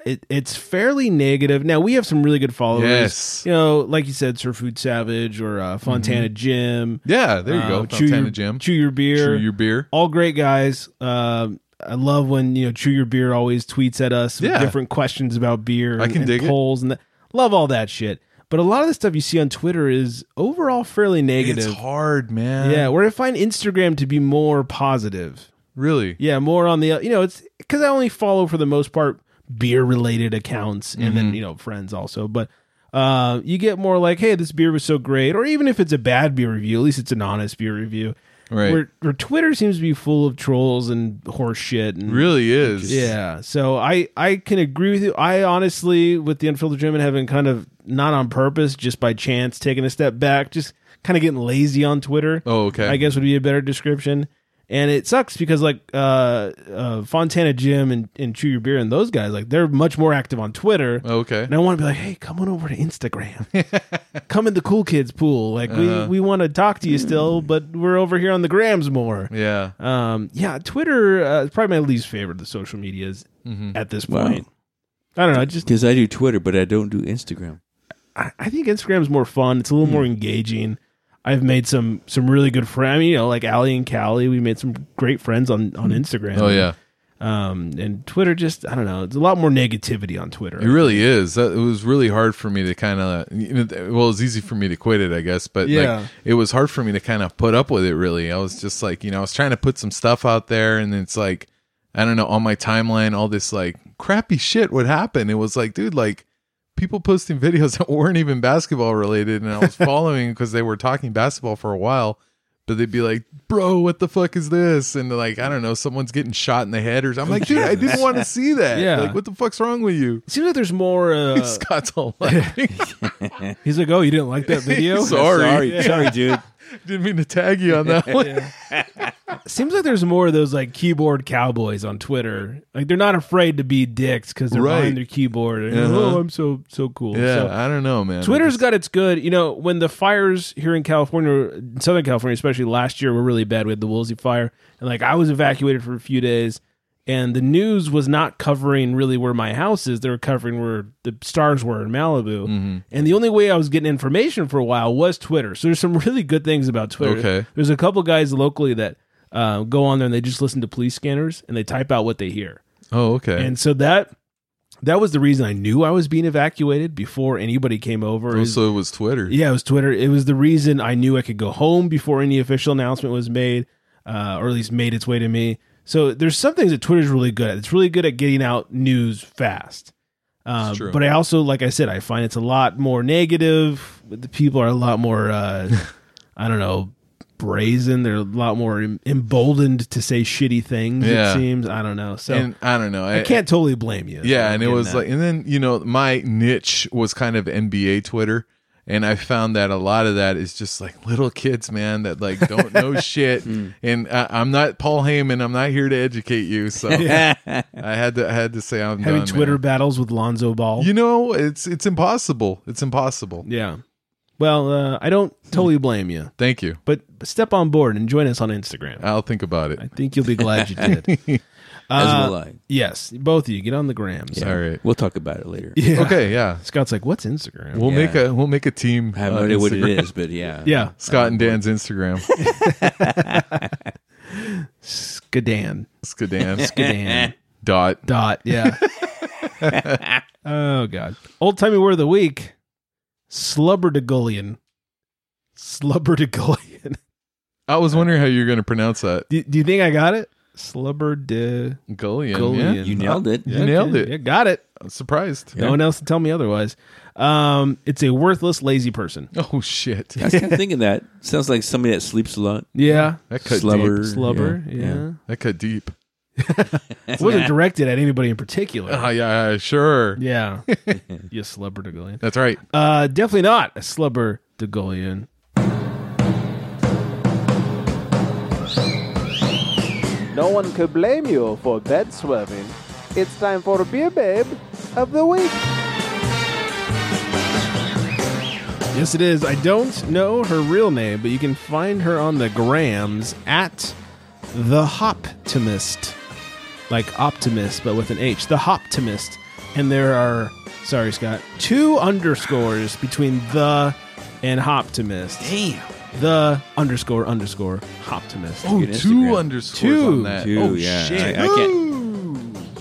[SPEAKER 6] It, it's fairly negative. Now we have some really good followers.
[SPEAKER 8] Yes.
[SPEAKER 6] You know, like you said, Sir Food Savage or uh, Fontana Jim.
[SPEAKER 8] Yeah, there you
[SPEAKER 6] Uh,
[SPEAKER 8] go.
[SPEAKER 6] Chew
[SPEAKER 8] Fontana
[SPEAKER 6] your,
[SPEAKER 8] Jim.
[SPEAKER 6] Chew your beer.
[SPEAKER 8] Chew your beer.
[SPEAKER 6] all great guys. Um, I love when you know Chew Your Beer always tweets at us with
[SPEAKER 8] Yeah.
[SPEAKER 6] different questions about beer.
[SPEAKER 8] I
[SPEAKER 6] and-
[SPEAKER 8] can
[SPEAKER 6] and
[SPEAKER 8] dig it.
[SPEAKER 6] polls and that. love all that shit. But a lot of the stuff you see on Twitter is overall fairly negative.
[SPEAKER 8] It's hard, man.
[SPEAKER 6] Yeah, where I find Instagram to be more positive.
[SPEAKER 8] really.
[SPEAKER 6] Yeah, more on the you know it's because I only follow for the most part beer related accounts and then
[SPEAKER 8] Mm-hmm.
[SPEAKER 6] you know friends also, but. Uh, you get more like, hey, this beer was so great, or even if it's a bad beer review, at least it's an honest beer review.
[SPEAKER 8] Right.
[SPEAKER 6] Where, where Twitter seems to be full of trolls and horse shit. And,
[SPEAKER 8] really is.
[SPEAKER 6] Yeah. So I, I can agree with you. I honestly, with the Unfiltered Gentleman having kind of not on purpose, just by chance, taking a step back, just kind of getting lazy on Twitter.
[SPEAKER 8] Oh, okay.
[SPEAKER 6] I guess would be a better description. And it sucks because like uh, uh, Fontana Jim and, and Chew Your Beer and those guys, like they're much more active on Twitter.
[SPEAKER 8] Oh, Okay.
[SPEAKER 6] And I want to be like, hey, come on over to Instagram. come in the cool kids pool. Like
[SPEAKER 8] Uh-huh.
[SPEAKER 6] we, we want to talk to you still, but we're over here on the grams more.
[SPEAKER 8] Yeah.
[SPEAKER 6] Um, yeah, Twitter uh, is probably my least favorite of the social medias
[SPEAKER 8] Mm-hmm.
[SPEAKER 6] at this
[SPEAKER 7] Wow.
[SPEAKER 6] point. I don't know. I Just
[SPEAKER 7] Because I do Twitter, but I don't do Instagram.
[SPEAKER 6] I, I think Instagram's more fun. It's a
[SPEAKER 8] Mm.
[SPEAKER 6] little more engaging. I've made some some really good friends. I mean, you know, like Allie and Callie, we made some great friends on on Instagram.
[SPEAKER 8] Oh yeah.
[SPEAKER 6] Um, and Twitter just I don't know. It's a lot more negativity on Twitter.
[SPEAKER 8] It really is. That- It was really hard for me to kind of, well, it's easy for me to quit it, I guess, but
[SPEAKER 6] Yeah.
[SPEAKER 8] like, it was hard for me to kind of put up with it, really. I was just like, you know, I was trying to put some stuff out there, and it's like, I don't know, on my timeline, all this like crappy shit would happen. It was like, dude, like people posting (laughs) videos that weren't even basketball related. And I
[SPEAKER 6] (laughs)
[SPEAKER 8] was following because they were talking basketball for a while, but they'd be like, bro, what the fuck is this? And like, I don't know, someone's getting shot in the head or I'm like, dude, I didn't want to see
[SPEAKER 6] (laughs)
[SPEAKER 8] that.
[SPEAKER 6] Yeah.
[SPEAKER 8] Like, what the fuck's wrong with you?
[SPEAKER 6] It seems like there's more.
[SPEAKER 8] (laughs)
[SPEAKER 6] Uh,
[SPEAKER 8] Scott's
[SPEAKER 6] (laughs)
[SPEAKER 8] all laughing.
[SPEAKER 6] he's like, oh, you didn't
[SPEAKER 8] (laughs)
[SPEAKER 6] like that video?
[SPEAKER 8] Sorry.
[SPEAKER 7] Sorry, sorry,
[SPEAKER 6] (laughs)
[SPEAKER 7] dude.
[SPEAKER 8] Didn't mean to tag you on that one.
[SPEAKER 6] Seems like there's more of those like keyboard cowboys on Twitter. Like they're not afraid to be dicks because they're
[SPEAKER 8] Right.
[SPEAKER 6] behind their keyboard. And,
[SPEAKER 8] Uh-huh.
[SPEAKER 6] Oh, I'm so so cool.
[SPEAKER 8] Yeah,
[SPEAKER 6] So-
[SPEAKER 8] I don't know, man.
[SPEAKER 6] Twitter's got its good. You know, when the fires here in California, in Southern California, especially last year, were really bad. We had the Woolsey fire, and like I was evacuated for a few days, and the news was not covering really where my house is. They were covering where the stars were in Malibu,
[SPEAKER 8] Mm-hmm.
[SPEAKER 6] and the only way I was getting information for a while was Twitter. So there's some (laughs) really good things about Twitter.
[SPEAKER 8] Okay.
[SPEAKER 6] there's a couple guys locally that uh, go on there and they just listen to police scanners and they type out what they hear.
[SPEAKER 8] Oh, okay.
[SPEAKER 6] And so that that was the reason I knew I was being evacuated before anybody came over. is-
[SPEAKER 8] also, it was Twitter.
[SPEAKER 6] yeah, it was Twitter. It was the reason I knew I could go home before any official announcement was made, uh, or at least made its way to me. So there's some things that Twitter's really good at. It's really good at getting out news fast. Um,
[SPEAKER 8] true.
[SPEAKER 6] but I also, like I said, I find it's a lot more negative. The people are a lot more,
[SPEAKER 8] (laughs)
[SPEAKER 6] uh, I don't know, brazen. They're a lot more em- emboldened to say shitty things.
[SPEAKER 8] Yeah.
[SPEAKER 6] It seems. I don't know. So
[SPEAKER 8] And I don't know.
[SPEAKER 6] I can't totally blame you.
[SPEAKER 8] Yeah, and it
[SPEAKER 6] in
[SPEAKER 8] was
[SPEAKER 6] that.
[SPEAKER 8] like, and then you know, my niche was kind of NBA Twitter, and I found that a lot of that is just like little kids, man, that like
[SPEAKER 6] (laughs)
[SPEAKER 8] don't know shit.
[SPEAKER 6] Hmm.
[SPEAKER 8] And I, I'm not Paul Heyman. I'm not here to educate
[SPEAKER 6] (laughs)
[SPEAKER 8] you. So (laughs) I had to, I had to say I'm
[SPEAKER 6] having
[SPEAKER 8] done,
[SPEAKER 6] Twitter
[SPEAKER 8] man.
[SPEAKER 6] battles with Lonzo Ball.
[SPEAKER 8] You know, it's it's impossible. It's impossible.
[SPEAKER 6] Yeah. Well, uh, I don't totally blame you,
[SPEAKER 8] Thank you.
[SPEAKER 6] but step on board and join us on Instagram.
[SPEAKER 8] I'll think about it.
[SPEAKER 6] I think you'll be glad you (laughs) did. Uh,
[SPEAKER 7] As will I.
[SPEAKER 6] Yes, both of you get on the grams.
[SPEAKER 8] All right.
[SPEAKER 7] We'll talk about it later.
[SPEAKER 6] (laughs) Yeah.
[SPEAKER 8] Okay. Yeah.
[SPEAKER 6] Scott's like, what's Instagram?
[SPEAKER 8] We'll
[SPEAKER 7] Yeah.
[SPEAKER 8] make a we'll make a team.
[SPEAKER 7] I have no
[SPEAKER 8] on
[SPEAKER 7] idea what it
[SPEAKER 8] Instagram.
[SPEAKER 7] is, but yeah.
[SPEAKER 6] (laughs) yeah,
[SPEAKER 8] Scott and Dan's Instagram.
[SPEAKER 7] (laughs)
[SPEAKER 6] Skadan.
[SPEAKER 8] Skadan
[SPEAKER 6] Skadan.
[SPEAKER 8] dot.
[SPEAKER 6] Dot. Yeah. oh God. Old timey word of the week. Slubberdagulian. Slubberdagulian.
[SPEAKER 8] I was wondering how you're going to pronounce that.
[SPEAKER 6] (laughs) do, do you think I got it? Slubberdagulian.
[SPEAKER 8] Gullion. Yeah.
[SPEAKER 7] You nailed it.
[SPEAKER 8] You nailed it.
[SPEAKER 6] Yeah, got it.
[SPEAKER 8] I'm surprised.
[SPEAKER 6] No one else to tell me otherwise. Um, it's a worthless, lazy person.
[SPEAKER 8] Oh shit.
[SPEAKER 7] I was kind of thinking that. Sounds like somebody that sleeps a lot.
[SPEAKER 6] Yeah.
[SPEAKER 8] That cut
[SPEAKER 7] Slubber.
[SPEAKER 8] deep.
[SPEAKER 6] Slubber. Yeah.
[SPEAKER 8] That cut deep.
[SPEAKER 6] It wasn't directed at anybody in particular.
[SPEAKER 8] Oh yeah, yeah, sure.
[SPEAKER 6] (laughs) yeah. you slubber Degolian.
[SPEAKER 8] That's right.
[SPEAKER 6] Uh, definitely not a slubber Degolian.
[SPEAKER 4] No one could blame you for bed swerving. It's time for Beer Babe of the Week.
[SPEAKER 6] Yes, it is. I don't know her real name, but you can find her on the grams at the Hoptimist. Like optimist, but with an H. The Hoptimist. And there are, sorry, Scott, two underscores between the and Hoptimist.
[SPEAKER 7] Damn.
[SPEAKER 6] the underscore underscore optimist.
[SPEAKER 8] Oh, two
[SPEAKER 7] Instagram.
[SPEAKER 8] underscores
[SPEAKER 6] Two.
[SPEAKER 8] on that.
[SPEAKER 7] Dude,
[SPEAKER 8] Oh,
[SPEAKER 7] yeah.
[SPEAKER 8] shit.
[SPEAKER 7] I, I can't.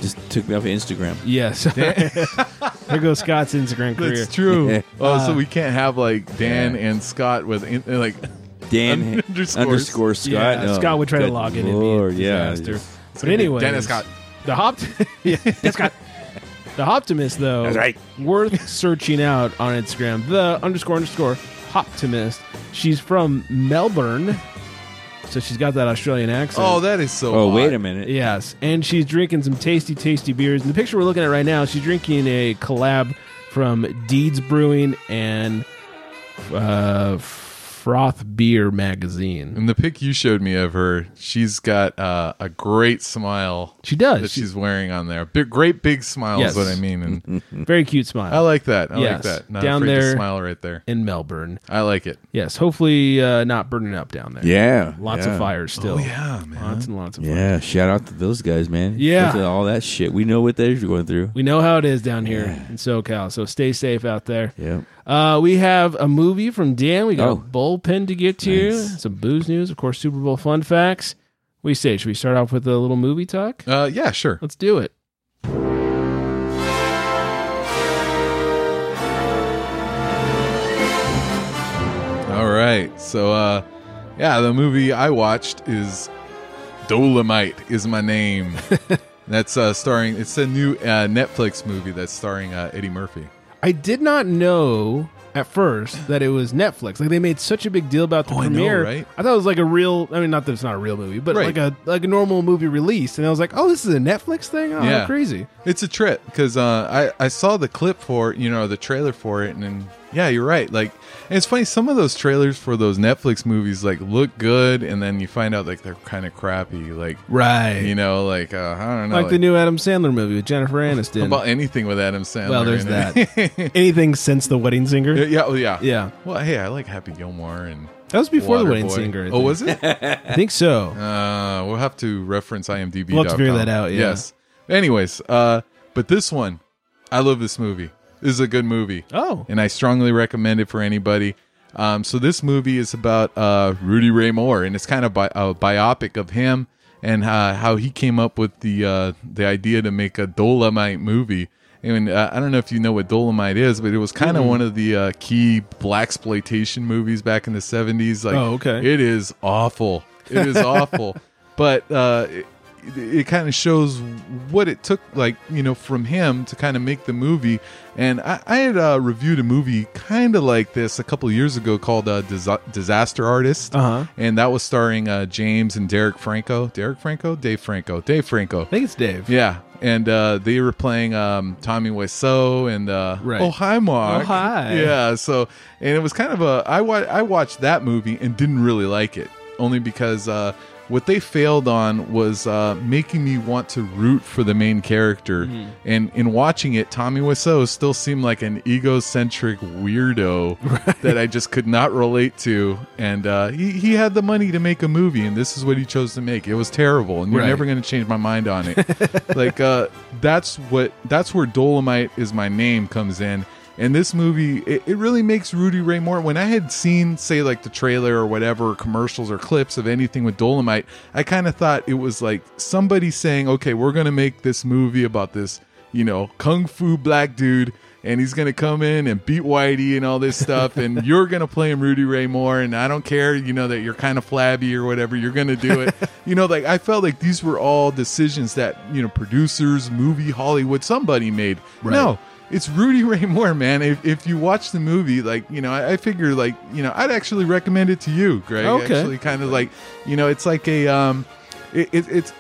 [SPEAKER 7] Just took me off of Instagram.
[SPEAKER 6] yes. (laughs) there goes Scott's Instagram career.
[SPEAKER 8] that's
[SPEAKER 7] (laughs)
[SPEAKER 8] true.
[SPEAKER 7] Yeah.
[SPEAKER 8] Oh,
[SPEAKER 7] Ah.
[SPEAKER 8] so we can't have like Dan and Scott with in,
[SPEAKER 7] (laughs)
[SPEAKER 8] like
[SPEAKER 7] Dan
[SPEAKER 6] (laughs)
[SPEAKER 8] Underscores.
[SPEAKER 7] underscore Scott.
[SPEAKER 6] Yeah,
[SPEAKER 7] Oh,
[SPEAKER 6] Scott would try to
[SPEAKER 7] good
[SPEAKER 6] log in
[SPEAKER 7] Lord,
[SPEAKER 6] and be a
[SPEAKER 7] yeah.
[SPEAKER 6] disaster.
[SPEAKER 7] Just-
[SPEAKER 6] But anyway,
[SPEAKER 8] Dennis Scott.
[SPEAKER 6] The Hopt- (laughs) yeah, Dennis Scott. The Optimist, though,
[SPEAKER 7] That's right.
[SPEAKER 6] worth searching out on Instagram. The underscore underscore Optimist. She's from Melbourne, so she's got that Australian accent.
[SPEAKER 8] Oh, that is so.
[SPEAKER 7] Oh,
[SPEAKER 8] odd.
[SPEAKER 7] wait a minute.
[SPEAKER 6] Yes, and she's drinking some tasty, tasty beers. And the picture we're looking at right now, she's drinking a collab from Deeds Brewing and uh, Froth Beer Magazine.
[SPEAKER 8] In the pic you showed me of her, she's got uh, a great smile
[SPEAKER 6] She does.
[SPEAKER 8] that
[SPEAKER 6] she's
[SPEAKER 8] she's wearing on there. Big, great big smile
[SPEAKER 6] Yes.
[SPEAKER 8] is what I mean, and
[SPEAKER 6] very cute smile
[SPEAKER 8] I
[SPEAKER 7] Oh.
[SPEAKER 8] like that. I
[SPEAKER 6] Yes.
[SPEAKER 8] like that. Not
[SPEAKER 6] Down
[SPEAKER 8] afraid
[SPEAKER 6] there.
[SPEAKER 8] to smile right there.
[SPEAKER 6] in Melbourne.
[SPEAKER 8] I like it.
[SPEAKER 6] Yes, hopefully uh, not burning up down there.
[SPEAKER 7] Yeah.
[SPEAKER 6] lots
[SPEAKER 7] yeah.
[SPEAKER 6] of fires still.
[SPEAKER 8] Oh yeah, man.
[SPEAKER 6] lots and lots of fire.
[SPEAKER 7] Yeah. Shout out to those guys, man.
[SPEAKER 6] Yeah.
[SPEAKER 7] Look at all that shit. We know what they're going through.
[SPEAKER 6] We know how it is down here in SoCal, so stay safe out there.
[SPEAKER 7] Yeah.
[SPEAKER 6] Uh, we have a movie from Dan. We got a
[SPEAKER 7] Oh.
[SPEAKER 6] bullpen to get to.
[SPEAKER 7] Nice.
[SPEAKER 6] Some booze news, of course. Super Bowl fun facts. We say, should we start off with a little movie talk?
[SPEAKER 8] Uh, yeah, sure.
[SPEAKER 6] Let's do it.
[SPEAKER 8] All right. So, uh, yeah, the movie I watched is Dolomite is
[SPEAKER 6] (laughs)
[SPEAKER 8] my name. that's uh, starring. It's a new uh, Netflix movie that's starring uh, Eddie Murphy.
[SPEAKER 6] I did not know at first that it was Netflix. Like they made such a big deal about the
[SPEAKER 8] Oh, I know,
[SPEAKER 6] premiere.
[SPEAKER 8] right?
[SPEAKER 6] I thought it was like a real. I mean, not that it's not a real movie, but
[SPEAKER 8] Right.
[SPEAKER 6] like a like a normal movie release. And I was like, oh, this is a Netflix thing. Oh, how
[SPEAKER 8] Yeah.
[SPEAKER 6] crazy.
[SPEAKER 8] It's a trip because uh, I I saw the clip for it, you know the trailer for it, and, then yeah, you're right. Like, and it's funny some of those trailers for those Netflix movies like look good, and then you find out like they're kind of crappy. Like,
[SPEAKER 6] Right.
[SPEAKER 8] you know, like uh, I don't know,
[SPEAKER 6] like, the new Adam Sandler movie with Jennifer Aniston.
[SPEAKER 8] about anything with Adam Sandler.
[SPEAKER 6] well, there's
[SPEAKER 8] in
[SPEAKER 6] that.
[SPEAKER 8] it. (laughs)
[SPEAKER 6] Anything since The Wedding Singer?
[SPEAKER 8] yeah, yeah, well, yeah,
[SPEAKER 6] Yeah.
[SPEAKER 8] Well, hey, I like Happy Gilmore and
[SPEAKER 6] That was before The Wedding
[SPEAKER 8] Waterboy.
[SPEAKER 6] Singer. I
[SPEAKER 8] Oh,
[SPEAKER 6] think.
[SPEAKER 8] was it?
[SPEAKER 6] I think so.
[SPEAKER 8] Uh, we'll have to reference IMDb.
[SPEAKER 6] We'll have to figure that out, yeah.
[SPEAKER 8] Yes. Anyways, uh, but this one, I love this movie. This is a good movie,
[SPEAKER 6] oh.
[SPEAKER 8] and I strongly recommend it for anybody. Um, so this movie is about uh, Rudy Ray Moore, and it's kind of bi- a biopic of him and uh, how he came up with the uh, the idea to make a Dolomite movie. And uh, I don't know if you know what Dolomite is, but it was kind of one of the uh, key black exploitation movies back in the seventies. Like,
[SPEAKER 6] Oh, okay.
[SPEAKER 8] it is awful. It is
[SPEAKER 6] (laughs)
[SPEAKER 8] awful. But uh, it, it kind of shows what it took, like, you know, from him to kind of make the movie. And I, I had uh, reviewed a movie kind of like this a couple years ago called uh, Disa- Disaster Artist.
[SPEAKER 6] Uh-huh.
[SPEAKER 8] And that was starring uh, James and Derek Franco. Derek Franco? Dave Franco. Dave Franco.
[SPEAKER 6] I think it's Dave.
[SPEAKER 8] Yeah. And uh, they were playing um, Tommy Wiseau and uh,
[SPEAKER 6] Right.
[SPEAKER 8] oh hi Mark
[SPEAKER 6] Oh, hi.
[SPEAKER 8] yeah so and it was kind of a I wa- I watched that movie and didn't really like it only because uh, what they failed on was uh, making me want to root for the main character
[SPEAKER 6] Hmm.
[SPEAKER 8] and in watching it Tommy Wiseau still seemed like an
[SPEAKER 6] (laughs)
[SPEAKER 8] egocentric weirdo that I just could not relate to and uh, he he had the money to make a movie and this is what he chose to make it was terrible and you're
[SPEAKER 6] Right.
[SPEAKER 8] never going to change my mind
[SPEAKER 6] (laughs)
[SPEAKER 8] on it. like uh, that's what that's where Dolomite is my name comes in. And this movie, it, it really makes Rudy Ray Moore. When I had seen, say, like the trailer or whatever, or commercials or clips of anything with Dolomite, I kind of thought it was like somebody saying, "Okay, we're gonna make this movie about this, you know, kung fu black dude, and he's gonna come in and beat Whitey and all this stuff, and you're gonna play him Rudy Ray Moore, and I don't care, you know, that you're kind of flabby or whatever, you're gonna do it. you know, like I felt like these were all decisions that you know producers, movie, Hollywood, somebody made. No. It's Rudy (laughs) Ray Moore, man. If, if you watch the movie, like you know, I, I figure, like you know, I'd actually recommend it to you, Greg.
[SPEAKER 6] Okay.
[SPEAKER 8] Actually, kind of like you know, it's like a um, it, it, it's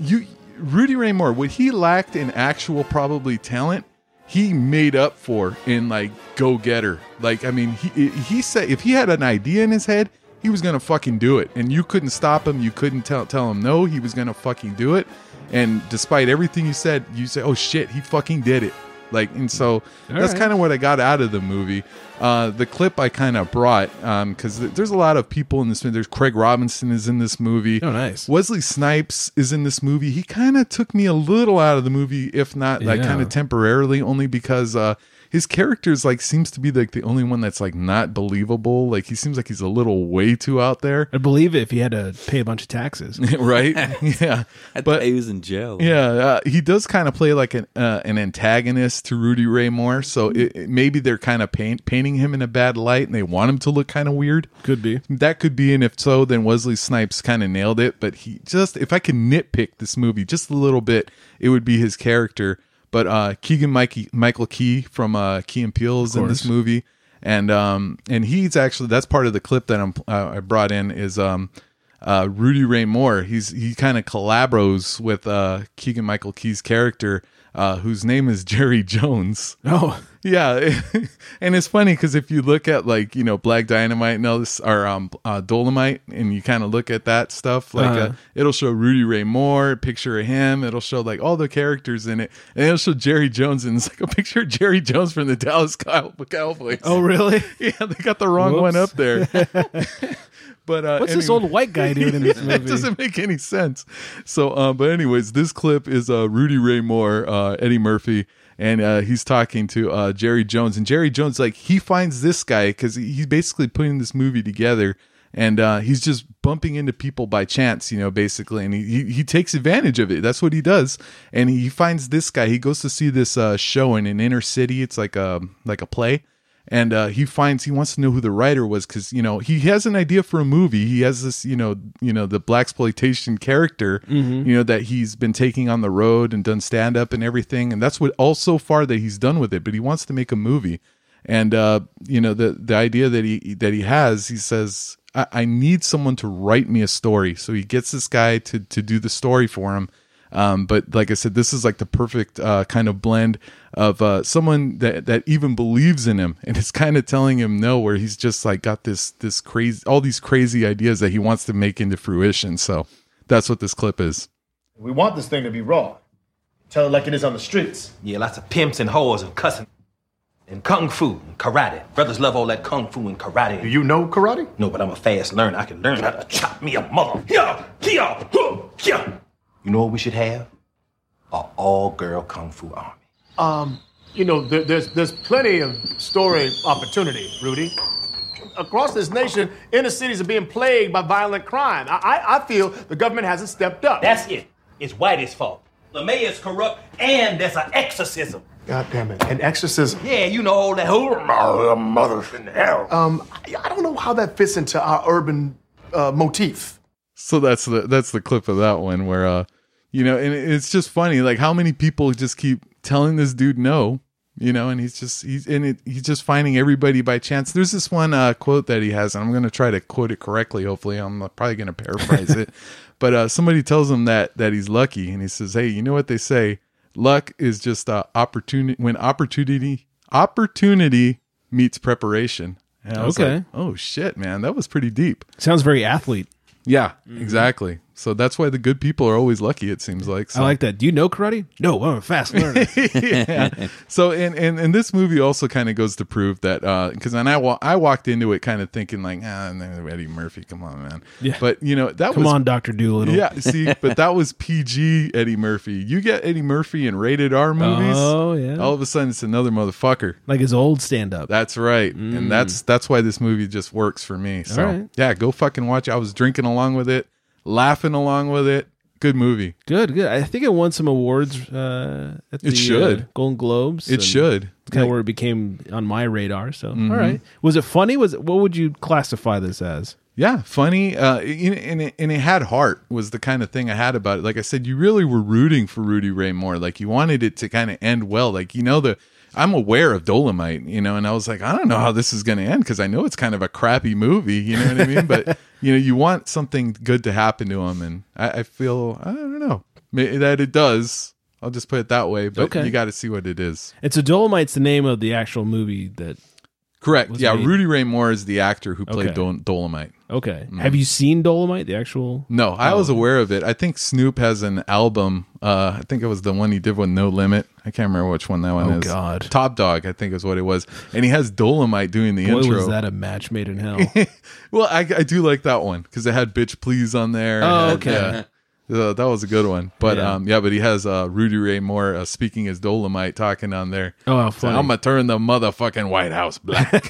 [SPEAKER 8] you Rudy Ray Moore, what he lacked in actual probably talent, he made up for in like go getter. Like I mean, he he said if he had an idea in his head, he was gonna fucking do it, and you couldn't stop him. You couldn't tell tell him no. He was gonna fucking do it, and despite everything you said, you say, oh shit, he fucking did it. Like and so that's
[SPEAKER 6] right.
[SPEAKER 8] kind of what I got out of the movie. Uh, the clip I kind of brought because th- there's a lot of people in this movie. There's Craig Robinson is in this movie.
[SPEAKER 6] Oh, nice.
[SPEAKER 8] Wesley Snipes is in this movie. He kind of took me a little out of the movie, if not like
[SPEAKER 6] Yeah.
[SPEAKER 8] kind of temporarily, only because uh, his character's like seems to be like the only one that's like not believable. Like he seems like he's a little way too
[SPEAKER 6] (laughs)
[SPEAKER 8] out there,
[SPEAKER 6] I believe it if he had to pay a bunch of taxes.
[SPEAKER 8] right?
[SPEAKER 6] (laughs)
[SPEAKER 8] yeah,
[SPEAKER 7] I
[SPEAKER 8] But-
[SPEAKER 7] thought he was in jail.
[SPEAKER 8] yeah, uh, he does kind of play like an uh, an antagonist to Rudy Ray Moore. So it, it- maybe they're kind of paint, painting him in a bad light, and they want him to look kind of weird.
[SPEAKER 6] Could be.
[SPEAKER 8] That (laughs) could be, and if so, then Wesley Snipes kind of nailed it. But he just, if I could nitpick this movie just a little bit, it would be his character. But uh, Keegan Mikey, Michael Key from uh, Key and Peele is in this movie, and um, and he's actually that's part of the clip that I'm uh, I brought in is um, uh, Rudy Ray Moore. He's he kind of collabos with uh, Keegan Michael Key's character, uh, whose name is Jerry (laughs) Jones.
[SPEAKER 6] Oh,
[SPEAKER 8] (laughs) Yeah, and it's funny because if you look at like you know Black Dynamite and all this, or um, uh, Dolomite, and you kind of look at that stuff, like
[SPEAKER 6] Uh-huh.
[SPEAKER 8] uh, it'll show Rudy Ray Moore, a picture of him, it'll show like all the characters in it, and it'll show Jerry Jones, and it's like a picture of Jerry Jones from the (laughs) Dallas Cow- Cowboys.
[SPEAKER 6] oh, really?
[SPEAKER 8] (laughs) yeah, they got the wrong one
[SPEAKER 6] Whoops. (laughs)
[SPEAKER 8] up there. (laughs) but uh,
[SPEAKER 6] What's this
[SPEAKER 8] anyway-
[SPEAKER 6] old white guy doing in this
[SPEAKER 8] (laughs) it
[SPEAKER 6] movie?
[SPEAKER 8] doesn't make any sense. So, uh, but anyways, this clip is uh, Rudy Ray Moore, uh, Eddie Murphy, and uh, he's talking to uh, Jerry Jones, and Jerry Jones like he finds this guy because he's basically putting this movie together, and uh, he's just bumping into people by chance, you know, basically, and he, he he takes advantage of it. That's what he does, and he finds this guy. He goes to see this uh, show in an inner city. It's like a like a play and uh, he finds he wants to know who the writer was because you know he has an idea for a movie. He has this you know you know the black exploitation character you know that he's been taking on the road and done stand up and everything, and that's what all so far that he's done with it. But he wants to make a movie, and uh, you know the the idea that he that he has, he says. I I need someone to write me a story. So he gets this guy to to do the story for him, um, but like I said, this is like the perfect uh, kind of blend of uh, someone that that even believes in him and (laughs) is kind of telling him no, where he's just like got this this crazy all these crazy ideas that he wants to make into fruition. So that's what this clip is.
[SPEAKER 10] We want this thing to be raw. Tell it like it is on the streets.
[SPEAKER 11] Yeah, lots of pimps and whores and cussing. And kung fu and karate. Brothers love all that kung fu and karate.
[SPEAKER 10] Do you know karate?
[SPEAKER 11] No, but I'm a fast learner. I can learn how to chop me a mother. Yeah, yeah, huh, yeah. You know what we should have? A all-girl kung fu army.
[SPEAKER 10] Um, you know, there, there's there's plenty of story opportunity, Rudy. Across this nation, inner cities are being plagued by violent crime. I, I, I feel the government hasn't stepped up.
[SPEAKER 11] That's it. It's Whitey's fault. The mayor's corrupt, and there's an exorcism.
[SPEAKER 10] God damn it. An exorcism.
[SPEAKER 11] Yeah, you know all that whole mother's in hell.
[SPEAKER 10] Um, I, I don't know how that fits into our urban uh, motif.
[SPEAKER 8] So that's the that's the clip of that one where uh you know and it's just funny like how many people just keep telling this dude no you know and he's just he's and it, he's just finding everybody by chance there's this one uh quote that he has and I'm going to try to quote it correctly hopefully I'm probably going to paraphrase it but uh somebody tells him that that he's lucky and he says hey you know what they say luck is just uh opportunity when opportunity opportunity meets preparation and I was
[SPEAKER 6] Okay.
[SPEAKER 8] like, oh shit man that was pretty deep
[SPEAKER 6] Sounds very athlete.
[SPEAKER 8] yeah, exactly. So that's why the good people are always lucky. It seems like. So,
[SPEAKER 6] Mm-hmm. I like that. Do you know karate? No, I'm a
[SPEAKER 8] (laughs)
[SPEAKER 6] fast learner.
[SPEAKER 8] yeah. So and, and and this movie also kind of goes to prove that because and I wa- I walked into it kind of thinking like ah no, Eddie Murphy come on man
[SPEAKER 6] Yeah.
[SPEAKER 8] but you know that
[SPEAKER 6] Come
[SPEAKER 8] was
[SPEAKER 6] on, Doctor Doolittle.
[SPEAKER 8] yeah
[SPEAKER 6] (laughs)
[SPEAKER 8] see but that was PG Eddie Murphy you get Eddie Murphy in rated R movies
[SPEAKER 6] Oh, yeah.
[SPEAKER 8] all of a sudden it's another motherfucker
[SPEAKER 6] Like his old stand up.
[SPEAKER 8] that's right and that's that's why this movie just works for me so
[SPEAKER 6] Mm. right.
[SPEAKER 8] yeah go fucking watch it. I was drinking along with it laughing along with it good movie.
[SPEAKER 6] Good, good. I think it won some awards uh, at the
[SPEAKER 8] It should.
[SPEAKER 6] uh, Golden Globes.
[SPEAKER 8] It should. Mm-hmm.
[SPEAKER 6] Kind of where it became on my radar. So, all right. Was it funny? Was it, what would you classify this as?
[SPEAKER 8] Yeah, funny. Uh, and, and, it, and it had heart was the kind of thing I had about it. Like I said, you really were rooting for Rudy Ray Moore. Like you wanted it to kind of end well. Like you know the. I'm aware of Dolomite, you know, and I was like, I don't know how this is going to end because I know it's kind of a crappy movie, you know what I
[SPEAKER 6] (laughs)
[SPEAKER 8] mean? But you know, you want something good to happen to him, and I, I feel I don't know ma- that it does. I'll just put it that way, but
[SPEAKER 6] Okay.
[SPEAKER 8] you got to see what it is.
[SPEAKER 6] It's a Dolomite's the name of the actual movie that.
[SPEAKER 8] Correct?
[SPEAKER 6] Was
[SPEAKER 8] Yeah,
[SPEAKER 6] made-
[SPEAKER 8] Rudy Ray Moore is the actor who played
[SPEAKER 6] Okay.
[SPEAKER 8] Dol- Dolomite.
[SPEAKER 6] Okay.
[SPEAKER 8] Mm.
[SPEAKER 6] Have you seen Dolomite, the actual?
[SPEAKER 8] No, I
[SPEAKER 6] Oh.
[SPEAKER 8] was aware of it. I think Snoop has an album. Uh, I think it was the one he did with No Limit. I can't remember which one that one
[SPEAKER 6] Oh,
[SPEAKER 8] is.
[SPEAKER 6] God.
[SPEAKER 8] Top Dog, I think is what it was. And he has Dolomite doing the
[SPEAKER 6] Boy,
[SPEAKER 8] intro.
[SPEAKER 6] was that a match made in hell.
[SPEAKER 8] (laughs) Well, I, I do like that one because it had "Bitch Please" on there. It
[SPEAKER 6] Oh,
[SPEAKER 8] had,
[SPEAKER 6] okay.
[SPEAKER 8] yeah. Uh, that was a good one, but
[SPEAKER 6] Yeah.
[SPEAKER 8] um, yeah, but he has uh, Rudy Ray Moore uh, speaking as Dolomite, talking on there.
[SPEAKER 6] Oh, how
[SPEAKER 8] So
[SPEAKER 6] funny.
[SPEAKER 8] I'm gonna turn the motherfucking
[SPEAKER 6] (laughs)
[SPEAKER 8] White House black.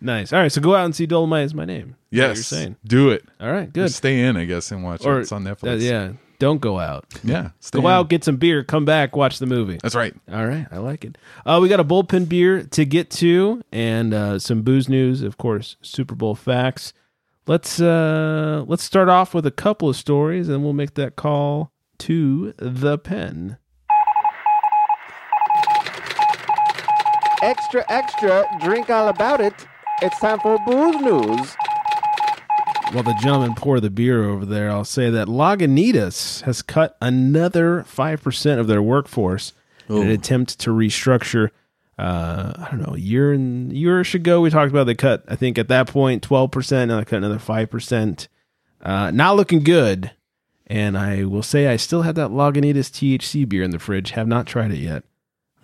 [SPEAKER 6] nice. All right. So go out and see Dolomite is my name. Is what
[SPEAKER 8] yes,
[SPEAKER 6] You're saying.
[SPEAKER 8] do it.
[SPEAKER 6] All right. Good.
[SPEAKER 8] Stay in, I guess, and watch it. It's on Netflix.
[SPEAKER 6] uh, yeah. Don't go out.
[SPEAKER 8] yeah. Stay
[SPEAKER 6] Go
[SPEAKER 8] in.
[SPEAKER 6] out, get some beer, come back, watch the movie.
[SPEAKER 8] That's right.
[SPEAKER 6] All right, I like it. Uh, we got a bullpen beer to get to, and uh, some booze news, of course. Super Bowl facts. Let's uh, let's start off with a couple of stories, and we'll make that call to the pen.
[SPEAKER 4] Extra, extra, drink all about it. It's time for booze news.
[SPEAKER 6] While the gentlemen pour the beer over there, I'll say that Lagunitas has cut another five percent of their workforce in an attempt to restructure. Uh, I don't know, a year and yearish ago, we talked about they cut. I think at that point, twelve percent, and they cut another five percent. Uh, not looking good. And I will say, I still have that Lagunitas THC beer in the fridge. Have not tried it yet.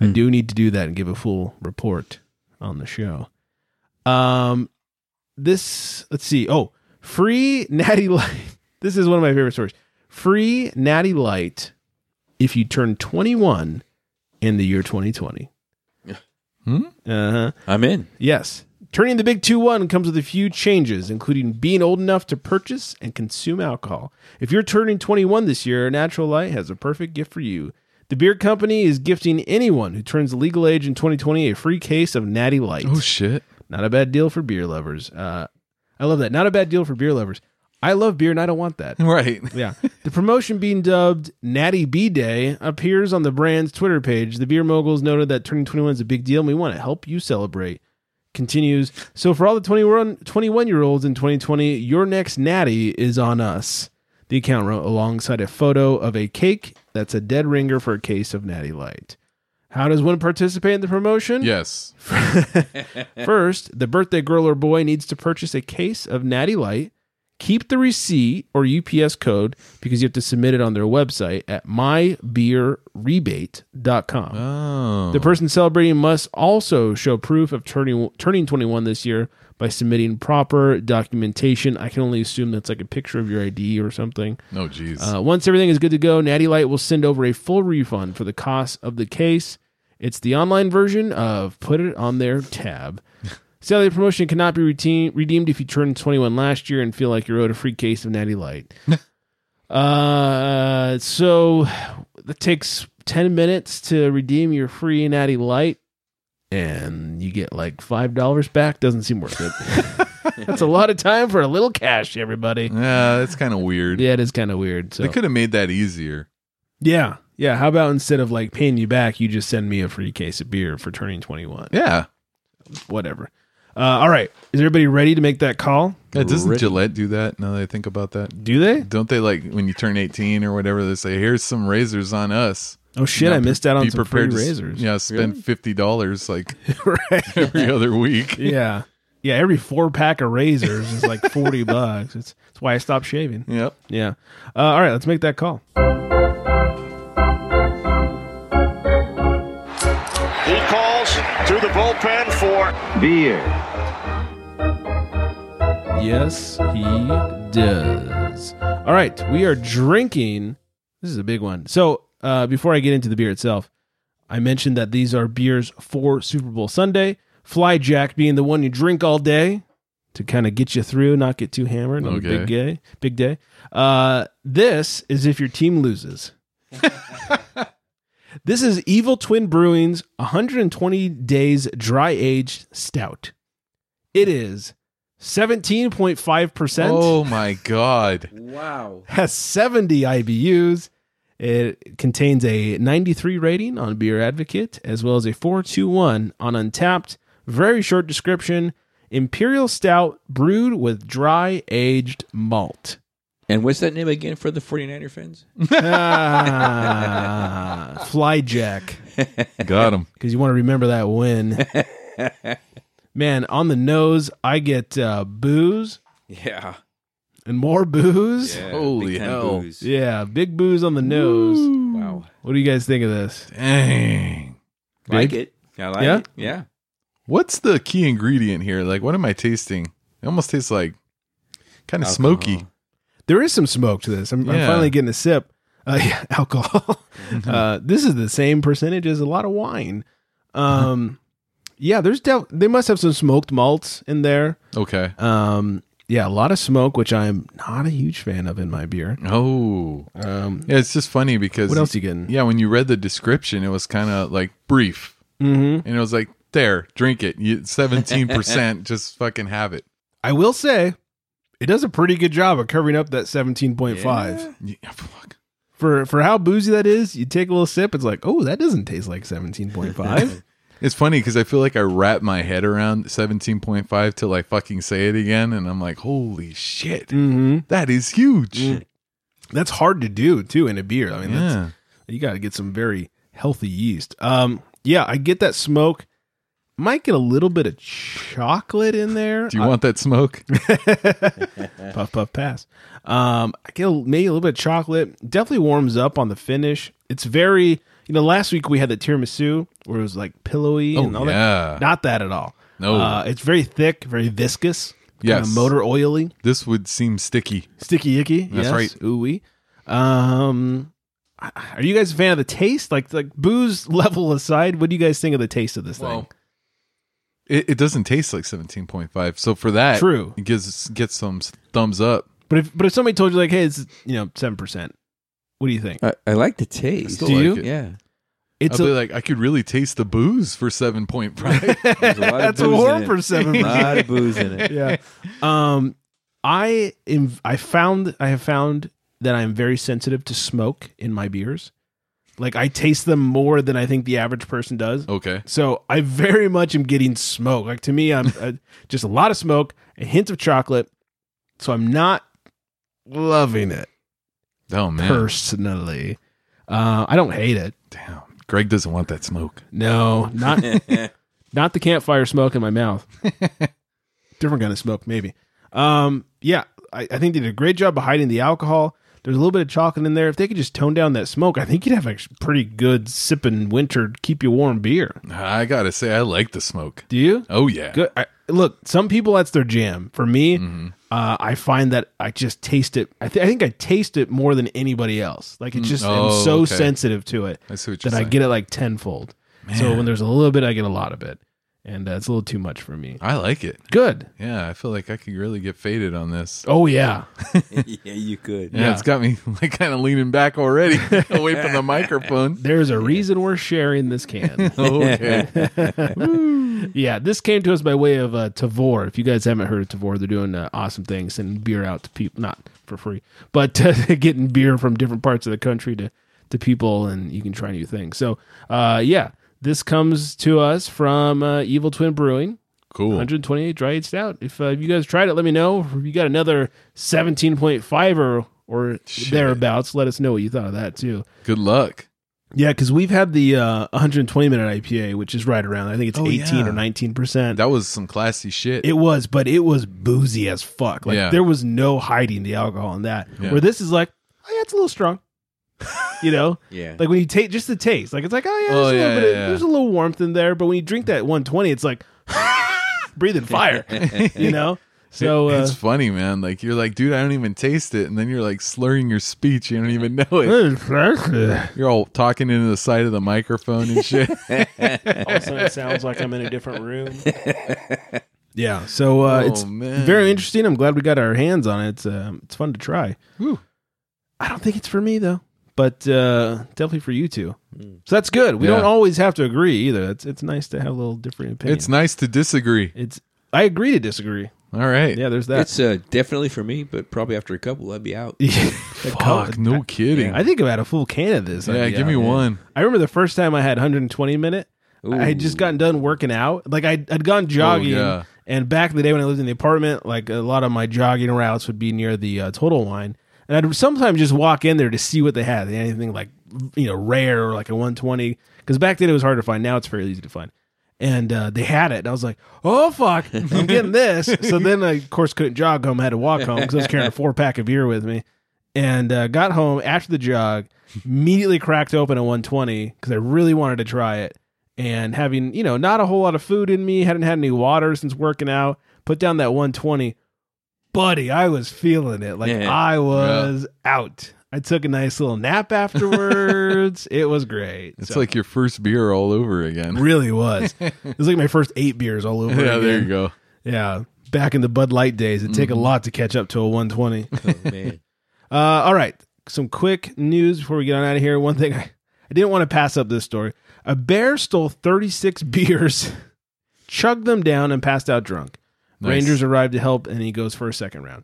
[SPEAKER 6] I do need to do that and give a full report on the show. Um, this let's see. Oh, free natty light. (laughs) This is one of my favorite stories. Free natty light if you turn 21 in the year 2020.
[SPEAKER 8] Hmm?
[SPEAKER 6] Uh huh.
[SPEAKER 7] I'm in.
[SPEAKER 6] Yes. Turning the big 2 1 comes with a few changes, including being old enough to purchase and consume alcohol. If you're turning 21 this year, Natural Light has a perfect gift for you. The beer company is gifting anyone who turns legal age in 2020 a free case of Natty Light.
[SPEAKER 8] Oh shit!
[SPEAKER 6] Not a bad deal for beer lovers. Uh, I love that. Not a bad deal for beer lovers. I love beer and I don't want that. (laughs)
[SPEAKER 8] (laughs) Right.
[SPEAKER 6] Yeah. the promotion being dubbed Natty B Day appears on the brand's Twitter page. The beer moguls noted that turning 21 is a big deal and we want to help you celebrate. Continues. So for all the 21, 21 year olds in 2020, your next Natty is on us. The account wrote alongside a photo of a cake that's a dead ringer for a case of Natty Light. How does one participate in the promotion?
[SPEAKER 8] Yes.
[SPEAKER 6] (laughs) First, the birthday girl or boy needs to purchase a case of Natty Light, keep the receipt or UPS code because you have to submit it on their website at mybeerrebate.com.
[SPEAKER 8] Oh.
[SPEAKER 6] The person celebrating must also show proof of turning turning 21 this year by submitting proper documentation. I can only assume that's like a picture of your ID or something.
[SPEAKER 8] Oh jeez.
[SPEAKER 6] Uh, once everything is good to go, Natty Light will send over a full refund for the cost of the case. It's the online version of Put It On Their Tab. Sadly, the promotion cannot be routine, redeemed if you turned 21 last year and feel like you're owed a free case of Natty Light. uh, so it takes 10 minutes to redeem your free Natty Light, and you get like $5 back. Doesn't seem worth it. (laughs) That's a lot of time for a little cash, everybody.
[SPEAKER 8] yeah, that's kind of weird.
[SPEAKER 6] Yeah, it is kind of weird. So
[SPEAKER 8] They could have made that easier.
[SPEAKER 6] yeah. Yeah. How about instead of like paying you back, you just send me a free case of beer for turning 21?
[SPEAKER 8] Yeah.
[SPEAKER 6] Whatever. Uh, all right. Is everybody ready to make that call?
[SPEAKER 8] Yeah, doesn't
[SPEAKER 7] Rich-
[SPEAKER 8] Gillette do that? Now that I think about that,
[SPEAKER 6] Do they?
[SPEAKER 8] don't they like when you turn eighteen or whatever? They say, "Here's some razors on us."
[SPEAKER 6] Oh, shit.
[SPEAKER 8] You know,
[SPEAKER 6] I missed out on
[SPEAKER 8] be
[SPEAKER 6] some free
[SPEAKER 8] prepared to s-
[SPEAKER 6] razors.
[SPEAKER 8] Yeah, spend fifty dollars like
[SPEAKER 6] (laughs) right.
[SPEAKER 8] (laughs) every other week.
[SPEAKER 6] Yeah. Yeah. Every four pack of razors is like 40 (laughs) bucks. It's, that's why I stopped shaving.
[SPEAKER 8] Yep.
[SPEAKER 6] (laughs) Yeah. Uh, all right. Let's make that call.
[SPEAKER 9] He calls to the bullpen for
[SPEAKER 3] Beer.
[SPEAKER 6] Yes, he does. All right, we are drinking. This is a big one. So, uh, before I get into the beer itself, I mentioned that these are beers for Super Bowl Sunday. Fly Jack being the one you drink all day to kind of get you through, not get too hammered on the
[SPEAKER 8] Okay.
[SPEAKER 6] big day. Big day. Uh, this is if your team loses. (laughs) this is Evil Twin Brewing's 120 days dry aged stout. It is 17.5%,
[SPEAKER 8] Oh my god.
[SPEAKER 7] Wow.
[SPEAKER 6] has 70 IBUs. It contains a 93 rating on Beer Advocate, as well as a 421 on Untapped. Very short description Imperial Stout brewed with dry aged malt.
[SPEAKER 7] And what's that name again for the 49er fans?
[SPEAKER 6] ah, fly Jack,
[SPEAKER 8] Got
[SPEAKER 6] (laughs)
[SPEAKER 8] him.
[SPEAKER 6] because you want to remember that win. Man, on the nose, I get uh, booze
[SPEAKER 7] Yeah.
[SPEAKER 6] and more booze. Yeah,
[SPEAKER 8] Holy
[SPEAKER 7] Big time
[SPEAKER 8] hell.
[SPEAKER 7] booze.
[SPEAKER 6] big booze on the nose.
[SPEAKER 7] Wow.
[SPEAKER 6] What do you guys think of this?
[SPEAKER 8] Dang.
[SPEAKER 7] Like it. I like
[SPEAKER 6] Yeah?
[SPEAKER 7] it. Yeah.
[SPEAKER 8] What's the key ingredient here? Like, what am I tasting? It almost tastes like kind of smoky.
[SPEAKER 6] There is some smoke to this. I'm, I'm
[SPEAKER 8] Yeah. Mm-hmm.
[SPEAKER 6] finally getting a sip. Uh, (laughs) yeah, alcohol. uh, this is the same percentage as a lot of wine. Um, yeah, there's def- they must have some smoked malts in there.
[SPEAKER 8] Okay.
[SPEAKER 6] Um, yeah, a lot of smoke, which I'm not a huge fan of in my beer.
[SPEAKER 8] Oh.
[SPEAKER 6] Um,
[SPEAKER 8] Yeah, it's just funny because
[SPEAKER 6] what else you getting?
[SPEAKER 8] Yeah, when you read the description, it was kind of like brief,
[SPEAKER 6] Mm-hmm.
[SPEAKER 8] and it was like, "There, drink it. You seventeen percent. (laughs) Just fucking have it."
[SPEAKER 6] I will say, it does a pretty good job of covering up that 17.5.
[SPEAKER 8] Yeah, (laughs) fuck.
[SPEAKER 6] For for how boozy that is, you take a little sip, it's like, oh, that doesn't taste like
[SPEAKER 8] (laughs)
[SPEAKER 6] 17.5.
[SPEAKER 8] It's funny because I feel like I wrap my head around seventeen point five till I fucking say it again, and I'm like, "Holy shit,
[SPEAKER 6] mm-hmm.
[SPEAKER 8] that is huge."
[SPEAKER 6] Mm. That's hard to do too in a beer. I mean, that's,
[SPEAKER 8] Yeah.
[SPEAKER 6] you got to get some very healthy yeast. Um, yeah, I get that smoke. Might get a little bit of chocolate in there.
[SPEAKER 8] Do you want
[SPEAKER 6] (laughs)
[SPEAKER 8] that smoke?
[SPEAKER 6] puff puff pass? Um, I get a, maybe a little bit of chocolate. Definitely warms up on the finish. It's very you know. Last week we had the tiramisu where it was like pillowy and all
[SPEAKER 8] Oh, yeah.
[SPEAKER 6] that. Not that at all.
[SPEAKER 8] No.
[SPEAKER 6] uh, it's very thick, very viscous. Kind
[SPEAKER 8] Yes.
[SPEAKER 6] of motor oily.
[SPEAKER 8] this would seem sticky.
[SPEAKER 6] Sticky icky.
[SPEAKER 8] That's
[SPEAKER 6] yes.
[SPEAKER 8] right.
[SPEAKER 6] Ooey. Um, are you guys a fan of the taste? Like like booze (laughs) level aside, what do you guys think of the taste of this thing?
[SPEAKER 8] It, it doesn't taste like 17.5. So for that,
[SPEAKER 6] True.
[SPEAKER 8] it gives gets some s- thumbs up.
[SPEAKER 6] But if but if somebody told you like, hey, it's you know seven percent, What do you think?
[SPEAKER 7] I, I like the
[SPEAKER 8] I
[SPEAKER 7] taste.
[SPEAKER 8] still
[SPEAKER 6] Do
[SPEAKER 8] like
[SPEAKER 6] you?
[SPEAKER 8] It.
[SPEAKER 7] Yeah. (laughs)
[SPEAKER 6] It's a-
[SPEAKER 8] I'll be like, I could really taste the booze for seven
[SPEAKER 6] (laughs)
[SPEAKER 8] point five. (laughs)
[SPEAKER 6] That's a warm for
[SPEAKER 7] (laughs)
[SPEAKER 6] seven.
[SPEAKER 7] A lot of booze in it.
[SPEAKER 6] (laughs) yeah. Um, I am. I found. I have found that I'm very sensitive to smoke in my beers. Like I taste them more than I think the average person does.
[SPEAKER 8] okay.
[SPEAKER 6] So I very much am getting smoke. Like to me, I'm uh, just a lot of smoke, a hint of chocolate. So I'm not loving it
[SPEAKER 8] Oh man.
[SPEAKER 6] personally. Uh, I don't hate it.
[SPEAKER 8] Damn. Greg doesn't want that smoke.
[SPEAKER 6] No, not not the campfire smoke in my mouth. Different kind of smoke, maybe. Um, yeah, I, I think they did a great job of hiding the alcohol. There's a little bit of chocolate in there. If they could just tone down that smoke, I think you'd have a pretty good sipping winter, keep you warm beer.
[SPEAKER 8] I gotta say, I like the smoke.
[SPEAKER 6] Do you?
[SPEAKER 8] Oh yeah.
[SPEAKER 6] Good. I, look, some people that's their jam. For me,
[SPEAKER 8] Mm-hmm.
[SPEAKER 6] uh, I find that I just taste it. I, th- I think I taste it more than anybody else. Like it just
[SPEAKER 8] Oh,
[SPEAKER 6] I'm so
[SPEAKER 8] okay.
[SPEAKER 6] sensitive to it
[SPEAKER 8] I see what
[SPEAKER 6] that
[SPEAKER 8] you're
[SPEAKER 6] I
[SPEAKER 8] saying.
[SPEAKER 6] get it like tenfold. So when there's a little bit, I get a lot of it, and uh, it's a little too much for me.
[SPEAKER 8] I like it.
[SPEAKER 6] Good.
[SPEAKER 8] Yeah, I feel like I could really get faded on this.
[SPEAKER 6] Oh yeah.
[SPEAKER 7] yeah, you could.
[SPEAKER 8] Yeah, it's got me (laughs) like kind of leaning back already, (laughs) away from the
[SPEAKER 6] (laughs)
[SPEAKER 8] microphone.
[SPEAKER 6] There's a reason we're sharing this
[SPEAKER 8] (laughs)
[SPEAKER 6] can.
[SPEAKER 8] Okay.
[SPEAKER 6] yeah, this came to us by way of uh, Tavor. If you guys haven't heard of Tavor, they're doing uh, awesome things, sending beer out to people, not for free, but (laughs) uh, getting beer from different parts of the country to, to people, and you can try new things. So, uh, yeah, this comes to us from uh, Evil Twin Brewing.
[SPEAKER 8] Cool.
[SPEAKER 6] 128 dry aged stout. If uh, you guys tried it, let me know. If you got another 17.5 or or thereabouts, let us know what you thought of that too.
[SPEAKER 8] Good luck.
[SPEAKER 6] Yeah, because we've had the uh, 120 minute IPA, which is right around. I think it's
[SPEAKER 8] Oh,
[SPEAKER 6] 18
[SPEAKER 8] yeah.
[SPEAKER 6] or 19 percent.
[SPEAKER 8] That was some classy shit.
[SPEAKER 6] It was, but it was boozy as fuck. Like
[SPEAKER 8] Yeah.
[SPEAKER 6] there was no hiding the alcohol in that.
[SPEAKER 8] Yeah.
[SPEAKER 6] Where this is like, oh yeah, it's a little strong. (laughs) you know,
[SPEAKER 7] Yeah.
[SPEAKER 6] like when you take just the taste, like it's like oh yeah,
[SPEAKER 8] Oh,
[SPEAKER 6] there's, a
[SPEAKER 8] yeah,
[SPEAKER 6] little bit of,
[SPEAKER 8] yeah, yeah.
[SPEAKER 6] there's a little warmth in there. But when you drink that 120, it's like (laughs) breathing
[SPEAKER 8] (laughs)
[SPEAKER 6] fire. you know, so uh,
[SPEAKER 8] it's funny, man. Like you're like, dude, I don't even taste it, and then you're like slurring your speech. You don't even know it.
[SPEAKER 6] (laughs)
[SPEAKER 8] You're all talking into the side of the microphone and
[SPEAKER 6] (laughs)
[SPEAKER 8] shit.
[SPEAKER 6] All of a sudden, it sounds like I'm in a different room. yeah, so uh,
[SPEAKER 8] Oh,
[SPEAKER 6] it's
[SPEAKER 8] man.
[SPEAKER 6] very interesting. I'm glad we got our hands on it. It's, um, it's fun to try. I don't think it's for me though, but uh, definitely for you two. So that's good. We
[SPEAKER 8] Yeah.
[SPEAKER 6] don't always have to agree either. It's it's nice to have a little different opinion.
[SPEAKER 8] it's nice to disagree.
[SPEAKER 6] It's- I agree to disagree.
[SPEAKER 8] All right.
[SPEAKER 6] Yeah, there's that.
[SPEAKER 7] It's uh, definitely for me, but probably after a couple, I'd be out.
[SPEAKER 6] (laughs)
[SPEAKER 8] Fuck, no kidding.
[SPEAKER 6] I think I've had a full can of this.
[SPEAKER 8] yeah,
[SPEAKER 6] I'd be
[SPEAKER 8] give me
[SPEAKER 6] honest.
[SPEAKER 8] one.
[SPEAKER 6] I remember the first time I had 120 minute. I had just gotten done working out. Like I had gone jogging,
[SPEAKER 8] yeah.
[SPEAKER 6] and back in the day when I lived in the apartment, like a lot of my jogging routes would be near the uh, Total Wine, and I'd sometimes just walk in there to see what they had. They had anything like you know rare or like a 120? Because back then it was hard to find. Now it's fairly easy to find. And uh, they had it, and I was like, "Oh fuck, I'm getting this." so then I, of course, couldn't jog home. I had to walk home because I was carrying a four pack of beer with me and uh, got home after the jog, immediately cracked open a 120 because I really wanted to try it. And having, you know, not a whole lot of food in me, hadn't had any water since working out, put down that 120. Buddy, I was feeling it. Like
[SPEAKER 7] Yeah.
[SPEAKER 6] I was out. I took a nice little nap
[SPEAKER 8] (laughs)
[SPEAKER 6] afterwards. it was great.
[SPEAKER 8] It's
[SPEAKER 6] So,
[SPEAKER 8] like your first beer all over again.
[SPEAKER 6] really was. it was like my first eight beers all over.
[SPEAKER 8] (laughs) yeah,
[SPEAKER 6] again.
[SPEAKER 8] there you go.
[SPEAKER 6] Yeah. Back in the Bud Light days, it'd take a lot to catch up to a 120.
[SPEAKER 7] Mm-hmm. (laughs) Oh, man.
[SPEAKER 6] (laughs) Uh, all right. Some quick news before we get on out of here. One thing I, I didn't want to pass up this story. A bear stole 36 (laughs) beers, chugged them down, and passed out drunk.
[SPEAKER 8] Nice.
[SPEAKER 6] Rangers arrived to help, and he goes for a second round.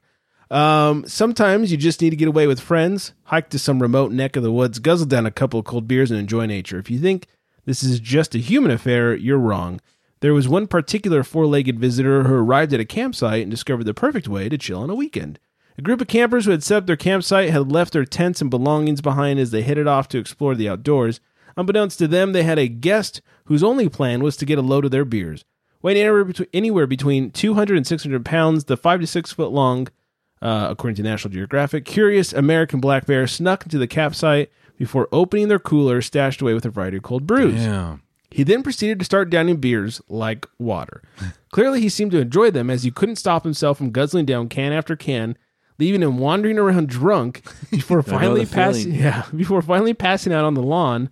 [SPEAKER 6] Um, sometimes you just need to get away with friends, hike to some remote neck of the woods, guzzle down a couple of cold beers, and enjoy nature. If you think this is just a human affair, you're wrong. There was one particular four legged visitor who arrived at a campsite and discovered the perfect way to chill on a weekend. A group of campers who had set up their campsite had left their tents and belongings behind as they headed off to explore the outdoors. Unbeknownst to them, they had a guest whose only plan was to get a load of their beers. Weighing anywhere between, anywhere between 200 and 600 pounds, the 5 to 6 foot long, uh, according to National Geographic, curious American black bear snuck into the campsite before opening their cooler stashed away with a variety of cold brews.
[SPEAKER 8] Yeah.
[SPEAKER 6] He then proceeded to start downing beers like
[SPEAKER 7] (laughs)
[SPEAKER 6] water. Clearly, he seemed to enjoy them as he couldn't stop himself from guzzling down can after can, leaving him wandering
[SPEAKER 7] (laughs)
[SPEAKER 6] around drunk before
[SPEAKER 7] know
[SPEAKER 6] finally
[SPEAKER 7] the
[SPEAKER 6] passing.
[SPEAKER 7] feeling.
[SPEAKER 6] Yeah, (laughs) before finally passing out on the lawn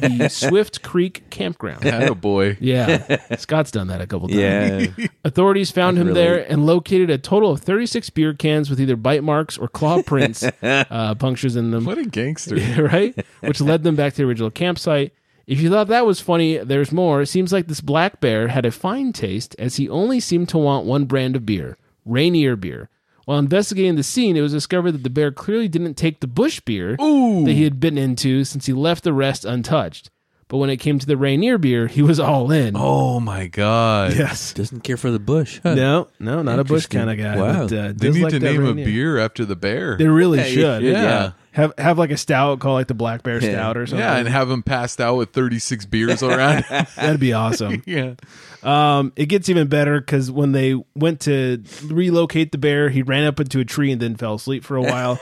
[SPEAKER 7] (laughs)
[SPEAKER 6] the Swift Creek campground.
[SPEAKER 8] boy.
[SPEAKER 6] Yeah, Scott's done that a couple times.
[SPEAKER 7] Yeah.
[SPEAKER 6] (laughs) Authorities found him
[SPEAKER 7] relate.
[SPEAKER 6] there and located a total of 36 beer cans with either bite marks or
[SPEAKER 8] (laughs)
[SPEAKER 6] claw prints, uh, punctures in them.
[SPEAKER 8] What a gangster.
[SPEAKER 6] Yeah, (laughs) right? Which led them back to the original campsite. If you thought that was funny, there's more. It seems like this black bear had a fine taste as he only seemed to want one brand of beer, Rainier beer. While investigating the scene, it was discovered that the bear clearly didn't take the bush beer that he had bitten into since he left the rest untouched. But when it came to the Rainier beer, he was all in.
[SPEAKER 8] Oh my god.
[SPEAKER 6] yes.
[SPEAKER 7] Doesn't care for the bush. Huh?
[SPEAKER 6] (laughs) No, no, not a bush
[SPEAKER 7] Interesting.
[SPEAKER 6] kind of guy.
[SPEAKER 7] Wow.
[SPEAKER 6] but, uh,
[SPEAKER 8] They
[SPEAKER 6] does
[SPEAKER 8] need
[SPEAKER 6] like
[SPEAKER 8] to
[SPEAKER 6] that
[SPEAKER 8] name a
[SPEAKER 6] Rainier.
[SPEAKER 8] beer after the bear.
[SPEAKER 6] They really
[SPEAKER 7] Yeah, you
[SPEAKER 6] should.
[SPEAKER 7] should,
[SPEAKER 6] yeah.
[SPEAKER 7] yeah.
[SPEAKER 6] have have like a stout called like the Black Bear
[SPEAKER 7] Yeah.
[SPEAKER 6] Stout or something.
[SPEAKER 8] yeah, and have him passed out with 36
[SPEAKER 6] (laughs)
[SPEAKER 8] beers around.
[SPEAKER 6] that'd
[SPEAKER 7] (laughs)
[SPEAKER 6] be awesome.
[SPEAKER 8] (laughs) yeah.
[SPEAKER 6] Um, it gets even better because when they went to relocate the bear, he ran up into a tree and then fell asleep
[SPEAKER 7] (laughs)
[SPEAKER 6] for a while.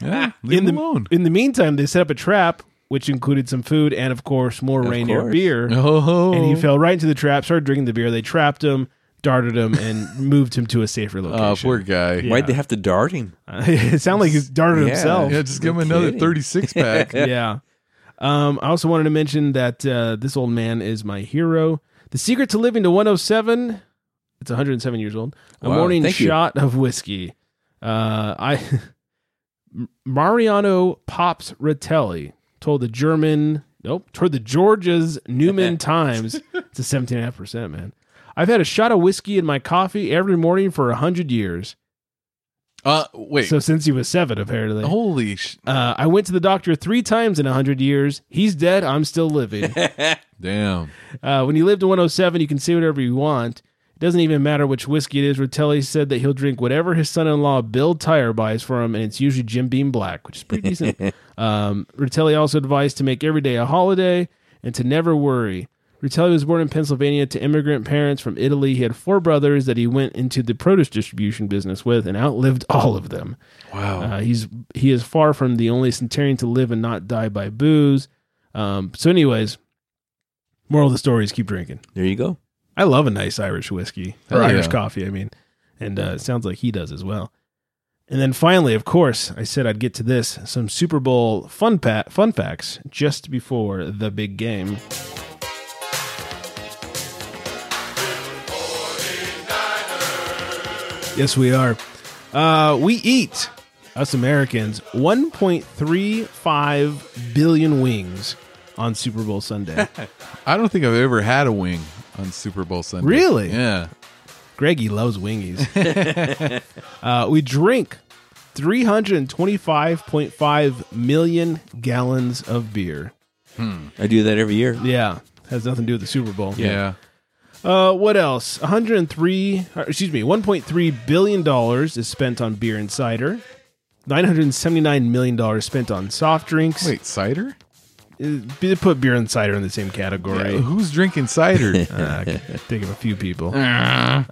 [SPEAKER 8] Yeah. Leave
[SPEAKER 6] in
[SPEAKER 8] him
[SPEAKER 6] the
[SPEAKER 8] alone.
[SPEAKER 6] in the meantime, they set up a trap which included some food and of course more reindeer
[SPEAKER 7] course.
[SPEAKER 6] beer.
[SPEAKER 8] Oh.
[SPEAKER 6] And he fell right into the trap, started drinking the beer. They trapped him, darted him, and (laughs) moved him to a safer location.
[SPEAKER 8] Oh,
[SPEAKER 6] (laughs)
[SPEAKER 8] poor guy.
[SPEAKER 7] Why'd they have to dart him?
[SPEAKER 6] it sounded like he darted
[SPEAKER 7] Yeah.
[SPEAKER 6] himself.
[SPEAKER 8] Yeah, just give him
[SPEAKER 7] No
[SPEAKER 8] another
[SPEAKER 7] kidding.
[SPEAKER 6] (laughs)
[SPEAKER 8] 36 pack.
[SPEAKER 6] yeah. Um, I also wanted to mention that uh, this old man is my hero. The secret to living to 107. It's 107 years old. A
[SPEAKER 7] Wow,
[SPEAKER 6] morning
[SPEAKER 7] thank you.
[SPEAKER 6] shot of whiskey. Uh, I (laughs) Mariano Pops Ratelli told the German, nope, toward the Georgia's
[SPEAKER 7] (laughs)
[SPEAKER 6] Newman Times. It's a 17.5%, man. I've had a shot of whiskey in my coffee every morning for 100 years.
[SPEAKER 8] Uh, wait.
[SPEAKER 6] So since he was seven, apparently.
[SPEAKER 8] Holy sh-
[SPEAKER 6] Uh, I went to the doctor three times in 100 years. He's dead. I'm still living.
[SPEAKER 8] damn.
[SPEAKER 6] uh, when you live to 107, you can say whatever you want. It doesn't even matter which whiskey it is. Rotelli said that he'll drink whatever his son in law Bill Tyre buys for him, and it's usually Jim Beam Black, which is pretty decent. um, Rotelli also advised to make every day a holiday and to never worry. Rotelli was born in Pennsylvania to immigrant parents from Italy. He had four brothers that he went into the produce distribution business with and outlived (laughs) all of them.
[SPEAKER 8] Wow.
[SPEAKER 6] Uh, he's he is far from the only centurion to live and not die by booze. Um, so, anyways, moral of the story is keep drinking.
[SPEAKER 7] There you go.
[SPEAKER 6] I love a nice Irish whiskey or
[SPEAKER 8] Hell
[SPEAKER 6] Irish
[SPEAKER 8] yeah.
[SPEAKER 6] coffee. I mean, and uh, it sounds like he does as well. And then finally, of course, I said I'd get to this some Super Bowl fun pa- fun facts just before the big game. Yes, we are. Uh, we eat, us Americans, 1.35 billion wings on Super Bowl Sunday.
[SPEAKER 8] I don't think I've ever had a wing on Super Bowl Sunday.
[SPEAKER 6] Really?
[SPEAKER 8] Yeah.
[SPEAKER 6] Greggy loves wingies. (laughs) uh, we drink 325.5 million gallons of beer.
[SPEAKER 7] I do that every year.
[SPEAKER 6] Yeah. Has nothing to do with the Super Bowl.
[SPEAKER 8] Yeah.
[SPEAKER 6] Uh, what else? 103, or excuse me, 1.3 billion dollars is spent on beer and cider. 979 million dollars spent on soft drinks.
[SPEAKER 8] Wait, cider?
[SPEAKER 6] Uh, They put beer and cider in the same category.
[SPEAKER 8] Who's drinking (laughs) cider?
[SPEAKER 6] Uh, I can think of a few (laughs) people. Uh,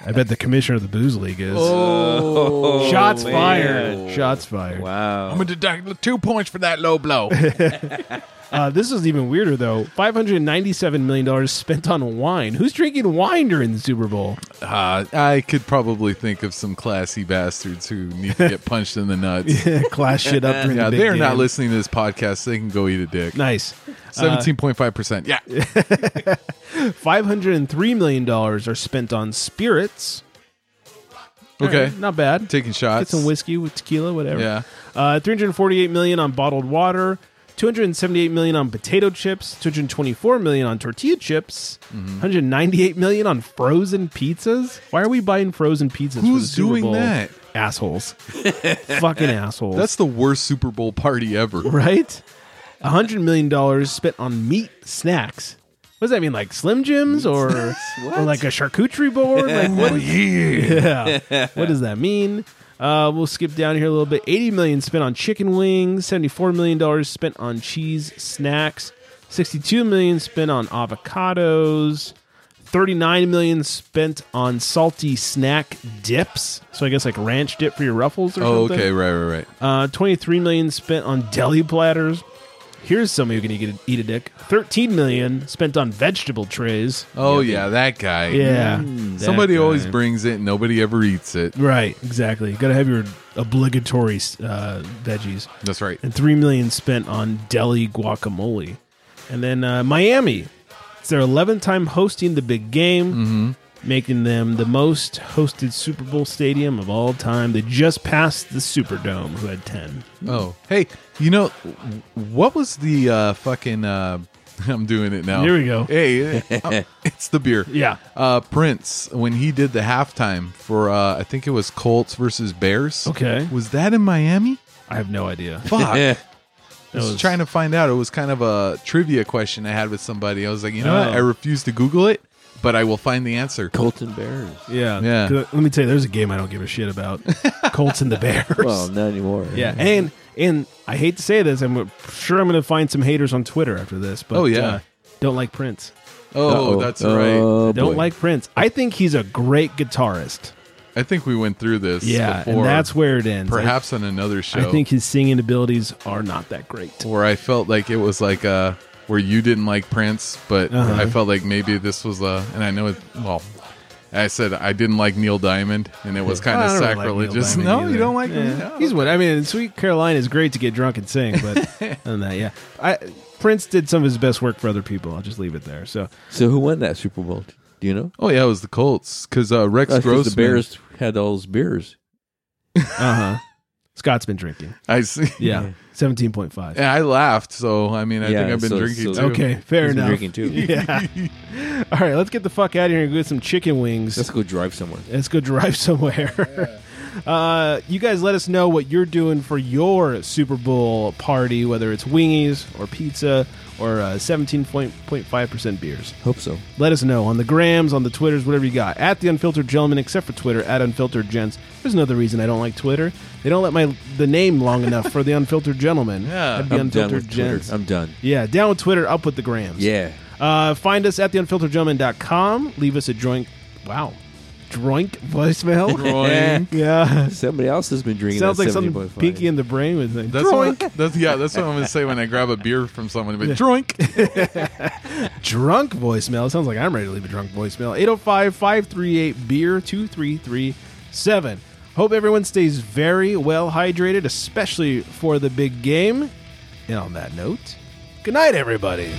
[SPEAKER 6] I bet the commissioner of the booze league is.
[SPEAKER 7] Oh,
[SPEAKER 6] Shots
[SPEAKER 7] man.
[SPEAKER 6] fired. Shots fired.
[SPEAKER 7] Wow.
[SPEAKER 8] I'm going to deduct two points for that low blow.
[SPEAKER 6] Uh, this is even weirder, though. $597 million spent on wine. Who's drinking wine during the Super Bowl?
[SPEAKER 8] (laughs) Uh, I could probably think of some classy bastards who need to get punched in
[SPEAKER 6] (laughs)
[SPEAKER 8] the nuts. Yeah,
[SPEAKER 6] Class shit up during the big
[SPEAKER 8] they're not
[SPEAKER 6] game.
[SPEAKER 8] listening to this podcast. They can go eat a dick.
[SPEAKER 6] Nice.
[SPEAKER 8] Seventeen point five percent. Yeah,
[SPEAKER 6] $503 million are spent on spirits.
[SPEAKER 8] (laughs) okay.
[SPEAKER 6] All right, not bad.
[SPEAKER 8] Taking
[SPEAKER 6] Get
[SPEAKER 8] shots.
[SPEAKER 6] some whiskey with tequila, whatever.
[SPEAKER 8] Yeah.
[SPEAKER 6] Uh, 348 million on bottled water, 278 million on potato chips, 224 million on tortilla chips,
[SPEAKER 8] Mm-hmm.
[SPEAKER 6] 198 million on frozen pizzas. Why are we buying frozen pizzas? for the
[SPEAKER 8] Who's
[SPEAKER 6] Super
[SPEAKER 8] doing
[SPEAKER 6] Bowl?
[SPEAKER 8] that?
[SPEAKER 6] Assholes. (laughs) Fucking assholes.
[SPEAKER 8] That's the worst Super Bowl party ever.
[SPEAKER 6] (laughs) right. $100 million spent on meat snacks. What does that mean? Like Slim Jims or, or like a charcuterie board? Like what is yeah. (laughs) What does that mean? Uh, we'll skip down here a little bit. 80 million spent on chicken wings, 74 million dollars spent on cheese snacks, 62 million spent on avocados, 39 million spent on salty snack dips. So I guess like ranch dip for your ruffles or
[SPEAKER 8] Oh,
[SPEAKER 6] something.
[SPEAKER 8] okay. Right, right, right.
[SPEAKER 6] Uh, 23 million spent on deli platters, Here's somebody who can eat a, eat a dick. Thirteen million spent on vegetable trays.
[SPEAKER 8] Oh yeah, that guy.
[SPEAKER 6] Yeah. Mm,
[SPEAKER 8] Somebody
[SPEAKER 6] that
[SPEAKER 8] always
[SPEAKER 6] guy.
[SPEAKER 8] brings it. Nobody ever eats it.
[SPEAKER 6] Right, exactly. Got to have your obligatory uh, veggies.
[SPEAKER 8] That's right.
[SPEAKER 6] And three million spent on deli guacamole, and then uh, Miami. It's their eleventh time hosting the big game, making them the most hosted Super Bowl stadium of all time. They just passed the Superdome, who had ten.
[SPEAKER 8] Oh, hey, you know what was the uh, fucking? Uh, (laughs) I'm doing it now.
[SPEAKER 6] Here we go.
[SPEAKER 8] Hey, uh, it's the beer.
[SPEAKER 6] Yeah.
[SPEAKER 8] Uh, Prince when he did the halftime for uh, I think it was Colts versus Bears.
[SPEAKER 6] Okay.
[SPEAKER 8] was that in Miami?
[SPEAKER 6] I have no
[SPEAKER 7] (laughs)
[SPEAKER 6] idea.
[SPEAKER 8] Fuck. I was,
[SPEAKER 6] was-
[SPEAKER 8] trying to find out. It was kind of a trivia question I had with somebody. I was like, you know
[SPEAKER 6] Oh.
[SPEAKER 8] what? I refuse to Google it, but I will find the answer.
[SPEAKER 7] Colton Bears.
[SPEAKER 6] Yeah,
[SPEAKER 8] Yeah.
[SPEAKER 6] 'Cause Let me tell you, there's a game I don't give a shit (laughs) about: Colts and the Bears. (laughs)
[SPEAKER 7] Well, not anymore.
[SPEAKER 6] Yeah, and and I hate to say this, I'm sure I'm going to find some haters on Twitter after this, but
[SPEAKER 8] Oh, yeah.
[SPEAKER 6] uh, don't like Prince.
[SPEAKER 8] Oh,
[SPEAKER 7] Uh-oh.
[SPEAKER 8] that's
[SPEAKER 7] Oh,
[SPEAKER 8] right.
[SPEAKER 6] don't
[SPEAKER 7] boy.
[SPEAKER 6] like Prince. I think he's a great guitarist.
[SPEAKER 8] I think we went through this.
[SPEAKER 6] Yeah,
[SPEAKER 8] before,
[SPEAKER 6] and that's where it ends. I-
[SPEAKER 8] perhaps on another
[SPEAKER 6] I,
[SPEAKER 8] show.
[SPEAKER 6] think his singing abilities are not that great.
[SPEAKER 8] where I felt like it was like uh where you didn't like Prince, but
[SPEAKER 6] Uh-huh.
[SPEAKER 8] I felt like maybe this was a and I know it well. I said I didn't like Neil Diamond, and it was kind
[SPEAKER 6] I don't
[SPEAKER 8] of
[SPEAKER 6] really like Neil
[SPEAKER 8] sacrilegious.
[SPEAKER 6] Diamond
[SPEAKER 8] no,
[SPEAKER 6] either.
[SPEAKER 8] you don't like him.
[SPEAKER 6] Yeah.
[SPEAKER 8] No.
[SPEAKER 6] He's what I mean. Sweet Caroline is great to get drunk and sing, (laughs) but other than that, yeah. I Prince did some of his best work for other people. I'll just leave it there. So
[SPEAKER 7] So who won that Super Bowl? Do you know?
[SPEAKER 8] oh yeah, it was the Colts because uh, Rex
[SPEAKER 7] That's 'cause
[SPEAKER 8] Grossman.
[SPEAKER 7] the Bears had all those beers.
[SPEAKER 6] Scott's been drinking.
[SPEAKER 8] I see. (laughs)
[SPEAKER 6] Yeah, seventeen point five.
[SPEAKER 8] Yeah, I laughed. So I mean, I
[SPEAKER 7] Yeah,
[SPEAKER 8] think I've been
[SPEAKER 7] so-
[SPEAKER 8] drinking
[SPEAKER 7] so-
[SPEAKER 8] too.
[SPEAKER 6] Okay, fair
[SPEAKER 7] He's been
[SPEAKER 6] enough.
[SPEAKER 7] drinking too.
[SPEAKER 6] (laughs)
[SPEAKER 7] (laughs)
[SPEAKER 6] Yeah. All right, let's get the fuck out of here and get some chicken wings.
[SPEAKER 7] Let's go drive somewhere.
[SPEAKER 6] Let's go drive (laughs) somewhere. (laughs) uh, you guys let us know what you're doing for your Super Bowl party, whether it's wingies or pizza or uh, 17.5% beers.
[SPEAKER 7] Hope so.
[SPEAKER 6] Let us know on the grams, on the twitters, whatever you got. At the unfiltered gentleman, except for Twitter, at unfiltered gents. There's another reason I don't like Twitter. They don't let my the name long
[SPEAKER 7] (laughs)
[SPEAKER 6] enough for the unfiltered gentleman.
[SPEAKER 8] Yeah.
[SPEAKER 6] I'd be
[SPEAKER 7] I'm done
[SPEAKER 6] unfiltered
[SPEAKER 7] with Twitter.
[SPEAKER 6] gents.
[SPEAKER 7] I'm done.
[SPEAKER 6] Yeah, down with Twitter, up with the grams.
[SPEAKER 7] Yeah.
[SPEAKER 6] Uh, find us at theunfilteredgentleman.com. Leave us a joint. Wow.
[SPEAKER 7] (laughs)
[SPEAKER 6] Drunk voicemail. (laughs)
[SPEAKER 8] Droink.
[SPEAKER 6] yeah.
[SPEAKER 7] Somebody else has been drinking.
[SPEAKER 6] Sounds
[SPEAKER 7] that
[SPEAKER 6] like something
[SPEAKER 7] 70.5.
[SPEAKER 6] Pinky in the Brain would think.
[SPEAKER 8] That's
[SPEAKER 6] Drunk.
[SPEAKER 8] what. That's yeah. That's what I'm gonna say when I grab a beer from someone. (laughs) But drink.
[SPEAKER 6] drunk voicemail. It sounds like I'm ready to leave a drunk voicemail. 805 538 beer 2337. Hope everyone stays very well hydrated, especially for the big game. And on that note, good night, everybody.